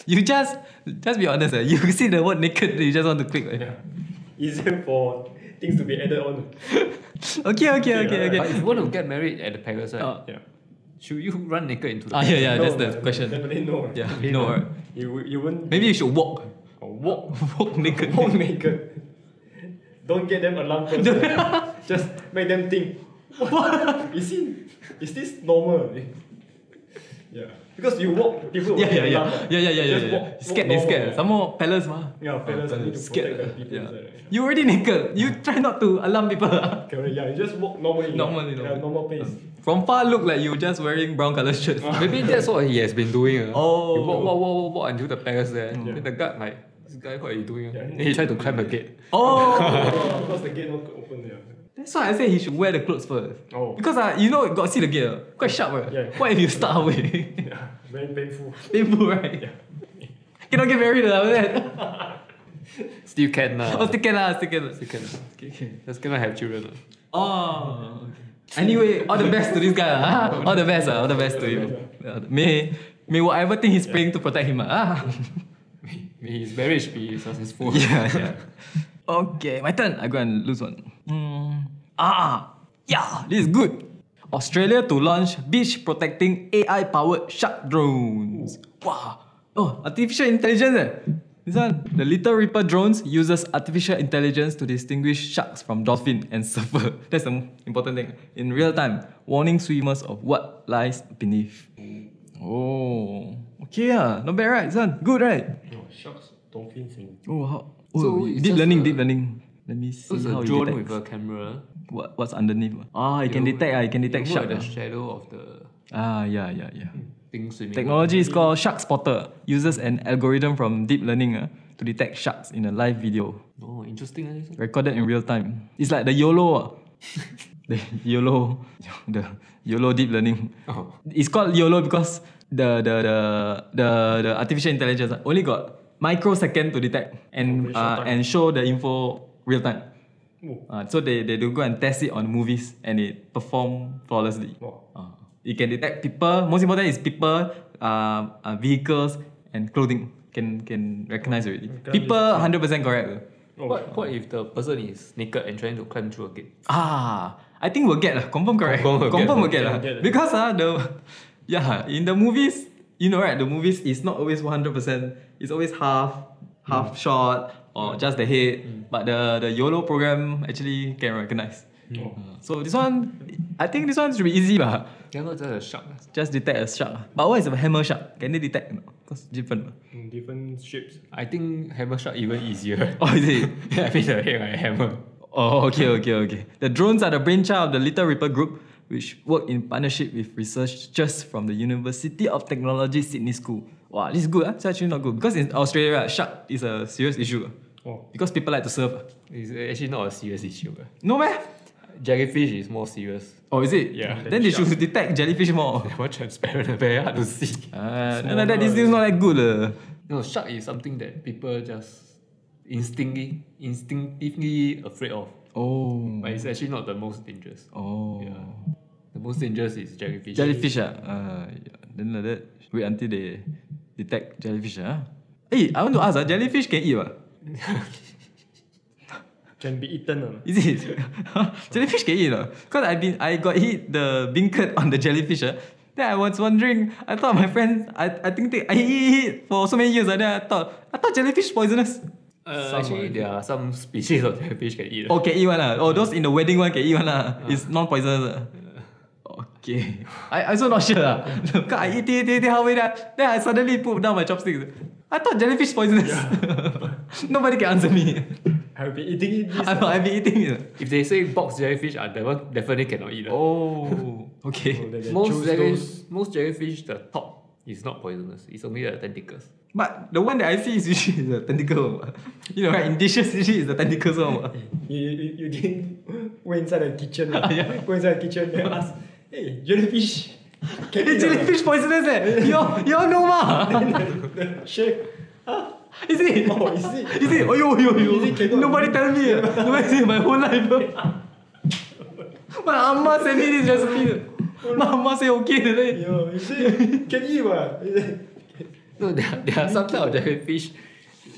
Speaker 1: You just just be honest. ah. You see the word naked, you just want to click. ah.
Speaker 2: yeah. Easier for things to be added on.
Speaker 1: Okay, okay, okay,
Speaker 2: Yeah,
Speaker 1: okay.
Speaker 3: But if you want to get married at the Paris, right,
Speaker 1: Oh.
Speaker 2: Yeah.
Speaker 3: should you run naked into the
Speaker 1: Ah, yeah, yeah.
Speaker 2: No,
Speaker 1: That's the
Speaker 2: no,
Speaker 1: question.
Speaker 2: Definitely no.
Speaker 1: Yeah. No. right.
Speaker 2: You wou- you wouldn't
Speaker 1: Maybe you should walk.
Speaker 2: or walk
Speaker 1: Walk naked.
Speaker 2: walk naked. Don't get them alarmed first. eh. Just make them think. What is it? Is this normal? Yeah. Because you walk, people will
Speaker 1: Yeah,
Speaker 2: get
Speaker 1: yeah, yeah.
Speaker 2: alarmed, right?
Speaker 1: Yeah, yeah, yeah, yeah.
Speaker 2: Just
Speaker 1: yeah.
Speaker 2: walk-
Speaker 1: Scared, they
Speaker 2: walk normal,
Speaker 1: scared.
Speaker 2: right?
Speaker 1: Some more palace, mah.
Speaker 2: Yeah, fellas need to
Speaker 1: Scared.
Speaker 2: protect the people
Speaker 1: Yeah.
Speaker 2: inside, right?
Speaker 1: You already naked. You try not to alarm people.
Speaker 2: Correct, yeah, you just walk normally.
Speaker 1: Normally, normally.
Speaker 2: yeah, normal pace.
Speaker 1: From far look like you just wearing brown colour shirt.
Speaker 3: Maybe that's what he has been doing. Uh.
Speaker 1: Oh. Mm.
Speaker 3: He walk, walk, walk, walk, walk until the palace there. Then the guard like, this guy, what are you doing? ah?"
Speaker 2: Yeah.
Speaker 3: Then he tried to climb the gate.
Speaker 1: Oh,
Speaker 2: Oh, because the gate not open there.
Speaker 1: that's why I say he should wear the clothes first.
Speaker 2: Oh.
Speaker 1: Because uh, you know, got see the gear. Quite sharp, right?
Speaker 2: Yeah.
Speaker 1: What if you start away?
Speaker 2: Yeah, very painful.
Speaker 1: Painful, right? Cannot get married lah, after that.
Speaker 3: Still can lah.
Speaker 1: Oh, still can lah, still can.
Speaker 3: Still can.
Speaker 1: Okay, okay.
Speaker 3: Just cannot have children. ah.
Speaker 1: Oh. okay. Anyway, all the best to this guy lah. ah. All the best lah, all the best to him. Uh, May, may whatever thing he's praying to protect him ah. ah.
Speaker 3: May his marriage be successful.
Speaker 1: Yeah, yeah. Ya. okay, my turn. I go and lose one. Mm. Ah, yeah, this is good. Australia to launch beach protecting AI powered shark drones. Wow. Oh, artificial intelligence. Eh? This one, the Little Ripper drones uses artificial intelligence to distinguish sharks from dolphin and surfer. That's the m- important thing. In real time, warning swimmers of what lies beneath. Oh, okay, ah, not bad, right? This one, good, right?
Speaker 2: Oh, sharks, dolphins, and
Speaker 1: Oh, how? Oh,
Speaker 3: So
Speaker 1: so
Speaker 3: it's
Speaker 1: deep
Speaker 3: just
Speaker 1: learning,
Speaker 3: a-
Speaker 1: deep learning. Let me see
Speaker 3: So it's
Speaker 1: how
Speaker 3: a
Speaker 1: it
Speaker 3: drone
Speaker 1: detects.
Speaker 3: with a camera.
Speaker 1: what, what's underneath. Ah, it can
Speaker 3: will-
Speaker 1: detect. Ah, it can detect
Speaker 3: it will
Speaker 1: shark.
Speaker 3: look at
Speaker 1: ah.
Speaker 3: the shadow of the
Speaker 1: Ah, yeah, yeah, yeah.
Speaker 3: thing swimming.
Speaker 1: Technology is called Shark Spotter. Uses an algorithm from deep learning ah, to detect sharks in a live video
Speaker 3: Oh, interesting. ah, this one.
Speaker 1: recorded in real time. It's like the YOLO. ah. the YOLO, the YOLO deep learning.
Speaker 3: Oh.
Speaker 1: It's called YOLO because the the the the, the artificial intelligence only got microsecond to detect
Speaker 2: Oh, very
Speaker 1: and uh,
Speaker 2: short time.
Speaker 1: and show the info real time.
Speaker 2: Oh.
Speaker 1: Uh, so they, they do go and test it on movies and it perform flawlessly.
Speaker 2: Wow.
Speaker 1: Uh, it can detect people. Most important is people, uh, uh, vehicles and clothing can can recognize already.
Speaker 2: Recognize.
Speaker 1: People hundred percent correct. uh.
Speaker 2: Oh,
Speaker 3: What, what if the person is naked and trying to climb through a gate?
Speaker 1: Ah, I think we'll get lah. Confirm correct.
Speaker 3: Confirm will
Speaker 1: will get,
Speaker 3: get.
Speaker 1: lah.
Speaker 2: Confirm get.
Speaker 1: Because ah the yeah in the movies you know right the movies is not always one hundred percent. It's always half half shot or just the head. But the the YOLO program actually can recognize.
Speaker 2: oh.
Speaker 1: So this one, I think this one should be easy lah.
Speaker 3: You're not just a shark. ah? lah.
Speaker 1: Just detect a shark. lah. But what is a hammer shark? Can they detect? No, cause different. lah.
Speaker 2: In different shapes.
Speaker 3: I think hammer shark even easier.
Speaker 1: Oh is it?
Speaker 3: I mean the head like hammer.
Speaker 1: Oh, okay, okay, okay. The drones are the brainchild of the Little Ripper Group, which work in partnership with researchers from the University of Technology Sydney School. Wow, this is good. Huh? It's actually not good because in Australia, right, shark is a serious issue. ah.
Speaker 2: Oh.
Speaker 1: Because people like to surf. ah.
Speaker 3: It's actually not a serious issue. lah.
Speaker 1: No man.
Speaker 3: Jellyfish is more serious.
Speaker 1: Oh, is it?
Speaker 3: Yeah.
Speaker 1: Then they should detect jellyfish more.
Speaker 3: They're more transparent, very hard to see.
Speaker 1: Ah,
Speaker 2: Smaller,
Speaker 1: no, no, that this is not that good. Uh.
Speaker 3: No, shark is something that people just instinctively, instinctively afraid of.
Speaker 1: Oh.
Speaker 3: But it's actually not the most dangerous.
Speaker 1: Oh.
Speaker 3: Yeah. The most dangerous is jellyfish.
Speaker 1: Jellyfish ah. Uh, yeah. Then like that, wait until they detect jellyfish ah. Hey, I want to ask ah, jellyfish can eat ah?
Speaker 2: Can be eaten. Uh.
Speaker 1: Is it? jellyfish can eat, uh? Cause I been I got hit the beancurd on the jellyfish, uh. Then I was wondering, I thought my friends, I, I think they, I eat, eat, eat for so many years, and then I thought, I thought jellyfish poisonous.
Speaker 3: Uh,
Speaker 2: Some
Speaker 3: actually,
Speaker 2: are-
Speaker 3: there are some species of jellyfish can eat.
Speaker 1: Oh, can eat one, uh. Oh, those in the wedding one can eat one, uh. It's non-poisonous. Uh. Okay. I, I also not sure, uh. Cause I eat, eat, eat, eat halfway there. Then I suddenly put down my chopsticks. I thought jellyfish poisonous. Nobody can answer me.
Speaker 2: I'll be eating it Oh, this.
Speaker 1: I've I've been eating it.
Speaker 3: If they say box jellyfish, are that one definitely cannot eat. lah.
Speaker 1: Oh, okay.
Speaker 2: Oh, then they
Speaker 3: most,
Speaker 2: choose
Speaker 3: jelly,
Speaker 2: those-
Speaker 3: most jellyfish, the top is not poisonous. It's only the tentacles.
Speaker 1: But the one that I see is usually the tentacle. one. You know, right? In dishes, usually is the tentacles one. what?
Speaker 2: You, you, you didn't go inside the kitchen. uh.
Speaker 1: Yeah.
Speaker 2: Go inside the kitchen and ask, hey, jellyfish. Can
Speaker 1: It's
Speaker 2: eat or not?"
Speaker 1: jellyfish poisonous eh? You all, you all know ma?
Speaker 2: Chef. Huh?
Speaker 1: Is it?
Speaker 2: Oh, is it?
Speaker 1: Is it? Oh, yo, yo, yo.
Speaker 2: Is it cannot
Speaker 1: Nobody
Speaker 2: eat?
Speaker 1: tell me. eh. Nobody say my whole life. eh. my amma sent me this recipe. My amma say okay. eh.
Speaker 2: Yo, you see, can eat what?
Speaker 3: No, there, are- there are some type of jellyfish,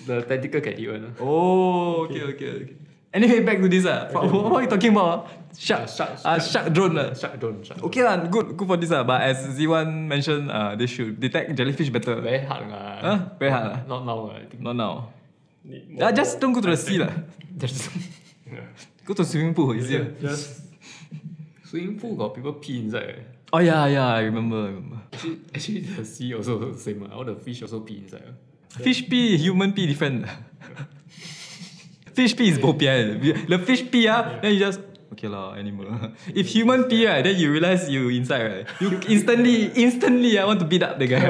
Speaker 3: the tentacle can eat one.
Speaker 1: Oh, okay, okay, okay. Anyway, back to this ah. What, what are you talking about? ah? Shark,
Speaker 3: Shark-
Speaker 1: ah, shark drone
Speaker 3: lah.
Speaker 1: ah.
Speaker 3: Shark don't, shark
Speaker 1: Okay lah, good, good for this ah. But as Z1 mentioned, uh, they should detect jellyfish better.
Speaker 3: don't. Very hard lah.
Speaker 1: Huh? Very hard lah.
Speaker 3: Not now lah, I think.
Speaker 1: Not now.
Speaker 2: Need
Speaker 1: Ah,
Speaker 2: more-
Speaker 1: just don't go to the sea lah.
Speaker 3: There's
Speaker 1: Go to swimming pool easier.
Speaker 2: Just
Speaker 3: swimming pool got people pee inside. eh.
Speaker 1: Oh yeah, yeah, I remember, I remember.
Speaker 3: Actually, actually the sea also the same. ah. All the fish also pee inside. ah.
Speaker 1: Fish pee, human pee different. fish pee is bo pian. The fish pee ah, then you just okay lah, animal. If human pee right, then you realize you inside right. You instantly, instantly I want to beat up the guy.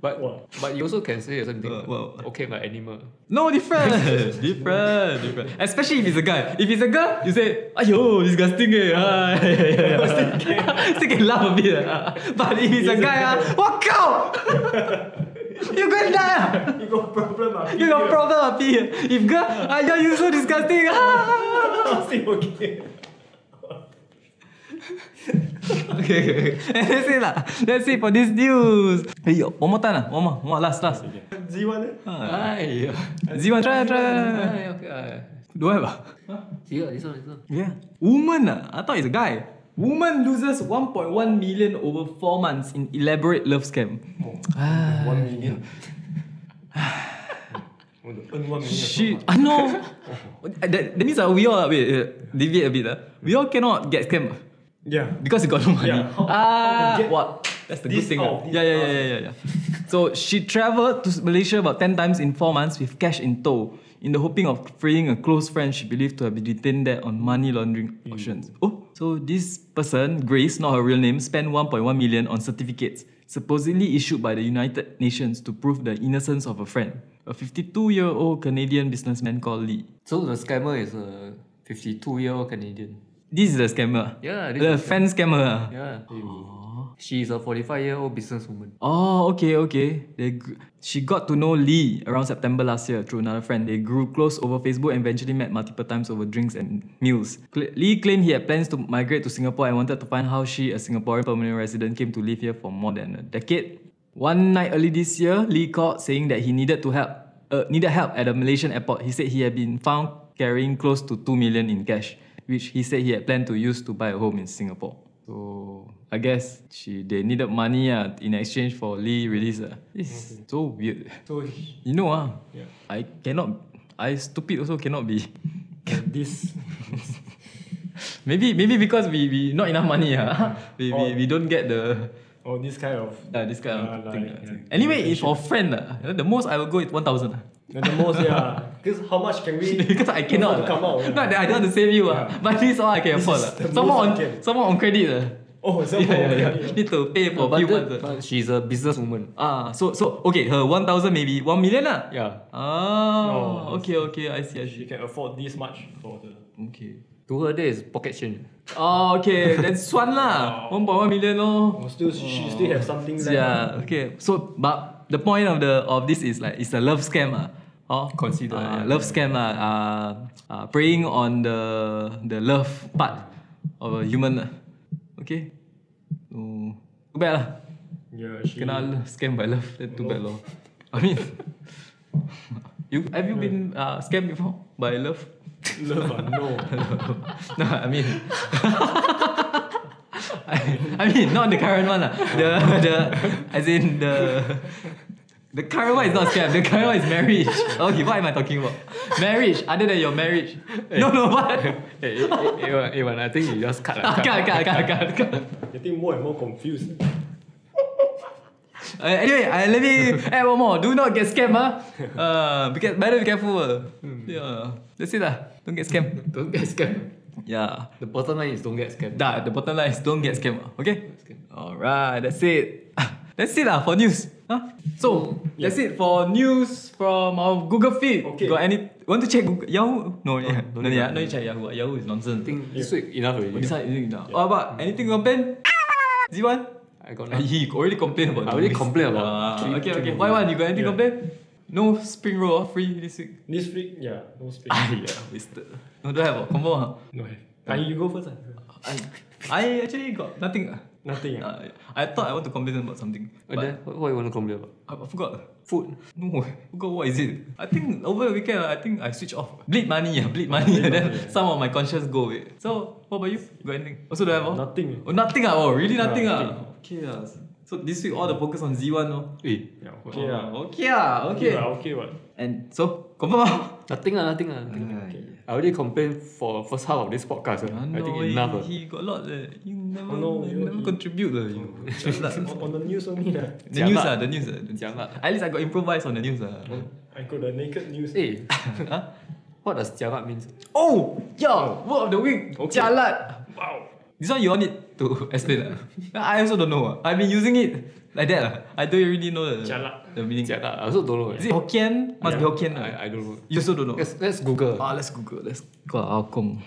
Speaker 3: But
Speaker 2: Wow.
Speaker 3: but you also can say something.
Speaker 1: Uh, wow.
Speaker 3: Okay, like animal.
Speaker 1: No different, different, different. Especially if it's a guy. If it's a girl, you say, "Ayo, disgusting eh." Ah, yeah, yeah, yeah. Still can laugh a bit. ah. But if it's a
Speaker 2: It's a
Speaker 1: guy, ah, walk out. you gonna die. ah.
Speaker 2: you got problem ah.
Speaker 1: You got problem, ah, P. If girl, ayo, you so disgusting. Ah.
Speaker 2: Still okay.
Speaker 1: Okay, okay, okay. And That's it lah. That's it for this news. Hey, yo, one more time lah. One more, one more, last, last.
Speaker 2: Z1 eh?
Speaker 1: Ah.
Speaker 3: Ay, yeah.
Speaker 1: Z1, try, try, try.
Speaker 3: Ay, okay. ah.
Speaker 1: Do I have ah?
Speaker 3: See, ah, this one, this one.
Speaker 1: Yeah. Woman, ah. I thought it's a guy. Woman loses 1.1 million over four months in elaborate love scam. Ah.
Speaker 2: One million. Want to earn one million.
Speaker 1: She, I know. that, that means ah, we all, ah, wait, wait, deviate a bit. ah. We all cannot get scammed ah,
Speaker 2: Yeah.
Speaker 1: because you got no money.
Speaker 2: Yeah, how-
Speaker 1: ah,
Speaker 2: how to get
Speaker 1: what? That's the good
Speaker 2: this
Speaker 1: thing.
Speaker 2: out
Speaker 1: ah.
Speaker 2: of this
Speaker 1: Yeah, yeah, yeah, yeah, yeah, yeah. so she traveled to Malaysia about 10 times in four months with cash in tow in the hoping of freeing a close friend she believed to have been detained there on money laundering
Speaker 2: Hmm.
Speaker 1: options. Oh, so this person, Grace, not her real name, spent 1.1 million on certificates supposedly issued by the United Nations to prove the innocence of a friend, a 52-year-old Canadian businessman called Lee.
Speaker 3: So the scammer is a 52 year old Canadian.
Speaker 1: This is the scammer.
Speaker 3: Yeah, this
Speaker 1: the
Speaker 3: is the
Speaker 1: fan scammer.
Speaker 3: Yeah. She's a 45 year old businesswoman.
Speaker 1: Oh, okay, okay. They gr- she got to know Lee around September last year through another friend. They grew close over Facebook and eventually met multiple times over drinks and meals. Cl- Lee claimed he had plans to migrate to Singapore and wanted to find how she, a Singaporean permanent resident, came to live here for more than a decade. One night early this year, Lee called saying that he needed to help uh, needed help at a Malaysian airport. He said he had been found carrying close to two million in cash, which he said he had planned to use to buy a home in Singapore. So I guess she they needed money ah in exchange for Lee release. ah. This is so weird.
Speaker 2: So
Speaker 1: You know ah,
Speaker 2: Yeah.
Speaker 1: I cannot I stupid also cannot be.
Speaker 2: this
Speaker 1: Maybe maybe because we, we not enough money ah. we, we,
Speaker 2: Or-
Speaker 1: we don't get the
Speaker 2: or this kind of
Speaker 1: uh, this kind of
Speaker 2: Oh. Yeah,
Speaker 1: thing.
Speaker 2: like,
Speaker 1: ah.
Speaker 2: yeah.
Speaker 1: Anyway, if for friend ah, the most I will go is one thousand. ah.
Speaker 2: and the most yeah. Because how much can we
Speaker 1: because I cannot.
Speaker 2: afford to come out?
Speaker 1: Not that I don't want to save you, ah,
Speaker 2: Yeah.
Speaker 1: but this is all I can
Speaker 2: This
Speaker 1: afford.
Speaker 2: is
Speaker 1: ah.
Speaker 2: the most
Speaker 1: Someone
Speaker 2: I
Speaker 1: on,
Speaker 2: can.
Speaker 1: someone on credit. ah.
Speaker 2: Oh, so
Speaker 1: Yeah, yeah, yeah.
Speaker 2: okay.
Speaker 1: Need to pay for a
Speaker 3: But,
Speaker 1: few
Speaker 3: the-
Speaker 1: months. ah.
Speaker 3: but she's a businesswoman.
Speaker 1: Ah, so so okay, her one thousand maybe one million ah.
Speaker 3: Yeah.
Speaker 1: Ah,
Speaker 2: No,
Speaker 1: okay, okay, I see, I see.
Speaker 2: She can afford this much for the
Speaker 1: Okay.
Speaker 3: To her, there is pocket change.
Speaker 1: Oh, okay, then Swan lah, one point one million lor.
Speaker 2: or Oh, still she still have something
Speaker 1: Oh.
Speaker 2: left.
Speaker 1: Yeah, okay. So, but the point of the of this is like it's a love scam ah. Oh,
Speaker 2: Consider,
Speaker 1: ah,
Speaker 2: yeah.
Speaker 1: love scam lah. Uh, uh, preying on the the love part of a human. ah. Okay. So, too bad lah.
Speaker 2: Yeah, she
Speaker 1: Kena love scam by love. Then too bad lor. I mean, you have you been uh, scammed before by love?
Speaker 2: love ah, no.
Speaker 1: no, I mean, I, I mean, not the current one lah. The the as in the the current one is not scam. The current one is marriage. Okay, what am I talking about? Marriage. Other than your marriage. No, no, what?
Speaker 3: hey, Ewan, Ewan, I think you just cut. lah,
Speaker 1: Ah, cut, cut, cut, cut, cut.
Speaker 2: Getting more and more confused.
Speaker 1: Uh, anyway, uh, let me add one more. Do not get scammed, huh? Uh, be care- better be careful. ah. Yeah, that's it lah. Don't get scammed.
Speaker 3: Don't get scammed.
Speaker 1: Yeah.
Speaker 3: The bottom line is don't get scammed.
Speaker 1: Dah, the bottom line is don't get scammed. ah, Okay? Alright, that's it. that's it lah for news. Huh? So, that's it for news from our Google feed.
Speaker 2: Okay.
Speaker 1: Got any... Want to check Google? Yahoo? No, yeah. no,
Speaker 3: don't
Speaker 1: need
Speaker 3: need
Speaker 1: ah, no, need check Yahoo. ah. Yahoo is nonsense.
Speaker 3: I think this week
Speaker 1: Oh,
Speaker 3: enough already.
Speaker 1: this one is enough. Oh, but anything you complain? Z1?
Speaker 3: I
Speaker 1: Uh,
Speaker 3: got nothing.
Speaker 1: He already complained about
Speaker 3: I already
Speaker 1: the movies.
Speaker 3: complained about
Speaker 1: Ah,
Speaker 3: three-
Speaker 1: Okay,
Speaker 3: three
Speaker 1: okay.
Speaker 3: movies.
Speaker 1: Why one? You got anything
Speaker 2: Yeah.
Speaker 1: complain? No spring roll ah, free this week.
Speaker 2: This week, yeah, no space.
Speaker 1: Ah, yeah, wasted. No, don't have. ah. Confirm. ah.
Speaker 2: No have. Ah, you go first. ah.
Speaker 1: I, I actually got nothing. ah.
Speaker 2: Nothing. ah.
Speaker 1: Uh, I thought I want to complain about something,
Speaker 3: Uh,
Speaker 1: but
Speaker 3: then, what, what you want to complain about?
Speaker 1: I, I forgot.
Speaker 3: Food.
Speaker 1: No, I forgot what is it. I think over the weekend, I think I switch off. Bleed money, ah, bleed money. and then some of my conscience go away. So, what about you? You Got anything? Also, do I have? ah?
Speaker 2: Nothing.
Speaker 1: Oh, nothing. ah. Oh, really nothing.
Speaker 2: Yeah,
Speaker 1: ah. Okay. ah. So, this week, all the focus on Z1. Oh.
Speaker 3: Eh,
Speaker 2: Yeah, okay. ah.
Speaker 1: Oh, okay. ah, Okay.
Speaker 2: Okay, ah, okay, what?
Speaker 1: And so, confirm ah.
Speaker 3: nothing ah, nothing ah. nothing ah. I already complained for first half of this podcast. ah. I think enough. ah.
Speaker 1: He, he got a lot. Uh, he never,
Speaker 2: Oh, no,
Speaker 1: he
Speaker 2: you-
Speaker 1: never
Speaker 2: he-
Speaker 1: contribute. lah. you.
Speaker 2: on, on the news only. ah.
Speaker 1: the news, ah, the news. ah, the-
Speaker 3: Jialat.
Speaker 1: At least I got improvised on the news. ah.
Speaker 2: I got the naked news.
Speaker 1: Eh.
Speaker 3: Hey,
Speaker 1: Huh?
Speaker 3: what does jialat mean?
Speaker 1: Oh, yeah, word of the week.
Speaker 2: Okay.
Speaker 1: Jialat.
Speaker 2: Wow.
Speaker 1: This one you all need to explain. ah. I also don't know. ah. I've been using it like that. ah. I don't really know the,
Speaker 2: Jialat.
Speaker 1: the meaning.
Speaker 3: Jialat, I also don't know. eh.
Speaker 1: Is it Hokkien? Must be Hokkien. ah.
Speaker 3: I, I don't know.
Speaker 1: You also don't know.
Speaker 3: Let's, let's Google.
Speaker 1: Ah, let's Google. Let's call our Kong.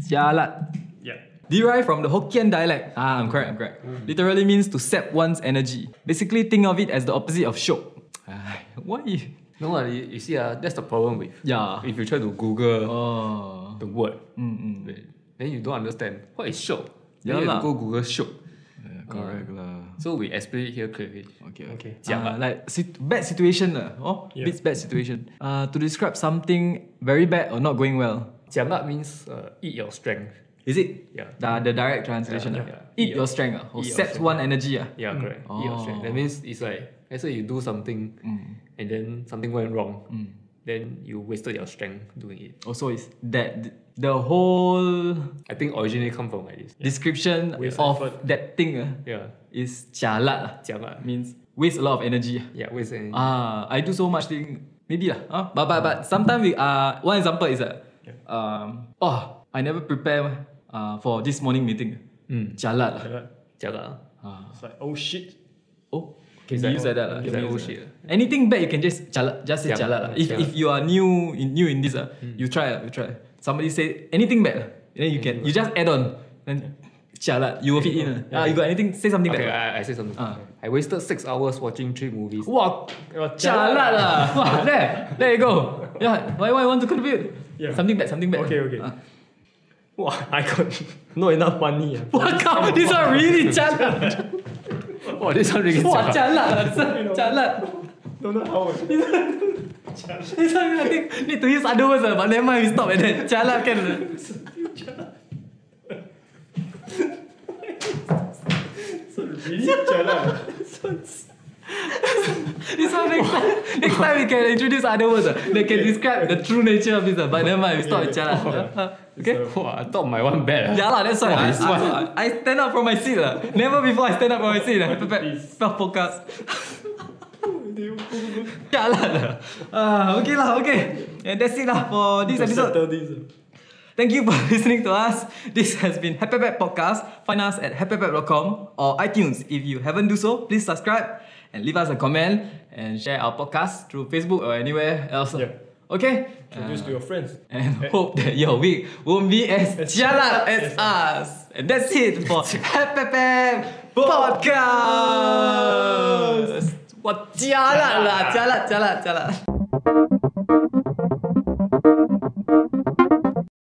Speaker 1: Jialat.
Speaker 2: Yeah.
Speaker 1: Derived from the Hokkien dialect. Ah, I'm correct, I'm correct. Literally means to sap one's energy. Basically, think of it as the opposite of shock. Ai, Why?
Speaker 3: No, ah, you, you see, ah, that's the problem with.
Speaker 1: Yeah.
Speaker 3: If you try to Google
Speaker 1: Oh.
Speaker 3: the word,
Speaker 1: Mm-mm.
Speaker 3: then you don't understand. What is show?
Speaker 1: Yeah
Speaker 3: Then you have
Speaker 1: lah.
Speaker 3: to go Google show.
Speaker 1: correct lah.
Speaker 3: So we explain it here clearly.
Speaker 1: Okay.
Speaker 2: Okay.
Speaker 1: Ah, like sit- bad situation lah. Oh,
Speaker 2: Yeah.
Speaker 1: it's bad situation. Uh, to describe something very bad or not going well.
Speaker 3: Jialat means uh, eat your strength.
Speaker 1: Is it?
Speaker 3: Yeah.
Speaker 1: The, the direct translation.
Speaker 3: Yeah,
Speaker 1: ah.
Speaker 3: yeah.
Speaker 1: Eat
Speaker 3: Yeah.
Speaker 1: your strength. ah, Or
Speaker 3: Eat your
Speaker 1: sap
Speaker 3: strength.
Speaker 1: one energy. ah.
Speaker 3: Yeah, correct. Eat your strength.
Speaker 1: Oh.
Speaker 3: That means it's like, let's say you do something and then something went wrong, then you wasted your strength doing it.
Speaker 1: Also, Oh, it's that th- the whole
Speaker 3: I think originally come from like this.
Speaker 1: description
Speaker 2: Waste
Speaker 1: of
Speaker 2: effort.
Speaker 1: that thing ah,
Speaker 3: Yeah,
Speaker 1: is jialat. lah.
Speaker 3: jialat.
Speaker 1: means waste a lot of energy.
Speaker 3: Yeah, waste energy.
Speaker 1: Ah, I do so much thing. Maybe lah. ah, but but but sometimes we uh one example is that um oh I never prepare uh for this morning meeting.
Speaker 3: Mm.
Speaker 1: Jalat lah.
Speaker 2: Jialat.
Speaker 3: Jialat.
Speaker 1: Ah.
Speaker 2: It's like, oh shit.
Speaker 1: Oh,
Speaker 3: It's
Speaker 1: can you
Speaker 3: like,
Speaker 1: use like that lah?
Speaker 3: it's
Speaker 1: Can
Speaker 3: like
Speaker 1: you
Speaker 3: oh
Speaker 1: use
Speaker 3: shit
Speaker 1: like- Anything bad you can just jalat, just say
Speaker 3: Jialat,
Speaker 1: jalat lah. If
Speaker 3: jialat.
Speaker 1: if you are new in new in this ah, you try ah, you try. Somebody say anything bad, Then you can you just add on. Then Chalat, you will fit in. ah. Ah, you got anything? Say something
Speaker 3: Okay,
Speaker 1: back.
Speaker 3: I, I say something.
Speaker 1: Ah.
Speaker 3: I wasted six hours watching three movies.
Speaker 1: Wow,
Speaker 2: Well,
Speaker 1: Chalat lah. Wow, there, there you go. Yeah, why why you want to contribute?
Speaker 2: Yeah.
Speaker 1: Something bad, something bad.
Speaker 2: Okay, okay.
Speaker 1: Ah.
Speaker 2: Wow, I got not enough money. ah.
Speaker 1: What cow? This one really jialat.
Speaker 3: Oh, this one really
Speaker 1: Wow,
Speaker 3: jialat.
Speaker 1: jialat lah. This one jialat.
Speaker 2: Don't know how.
Speaker 1: This one I think need to use other words lah, but never mind. We stop at that. kan? Jialat can.
Speaker 2: So really jialat.
Speaker 1: This one next time, next time we can introduce other words ah, that can describe the true nature of this. ah, But never mind. We stop at jialat. Ah, Okay.
Speaker 3: Wow, I thought my one bad.
Speaker 1: Yeah lah, that's why I,
Speaker 3: this one.
Speaker 1: I, I stand up from my seat lah. Never before I stand up from my seat lah. Perfect. Self podcast. Yeah lah. Ah, okay lah, okay. And that's it lah for this
Speaker 2: To
Speaker 1: episode.
Speaker 2: settle this. ah.
Speaker 1: Thank you for listening to us. This has been Happy Pet Podcast. Find us at happypet.com or iTunes. If you haven't do so, please subscribe and leave us a comment and share our podcast through Facebook or anywhere else.
Speaker 2: Yeah.
Speaker 1: Okay?
Speaker 2: Introduce
Speaker 1: Uh,
Speaker 2: to your friends.
Speaker 1: and hope that your week won't be as jalan as us. And that's it for Happy Podcast. What jalan lah, jalan, jalan, jalan.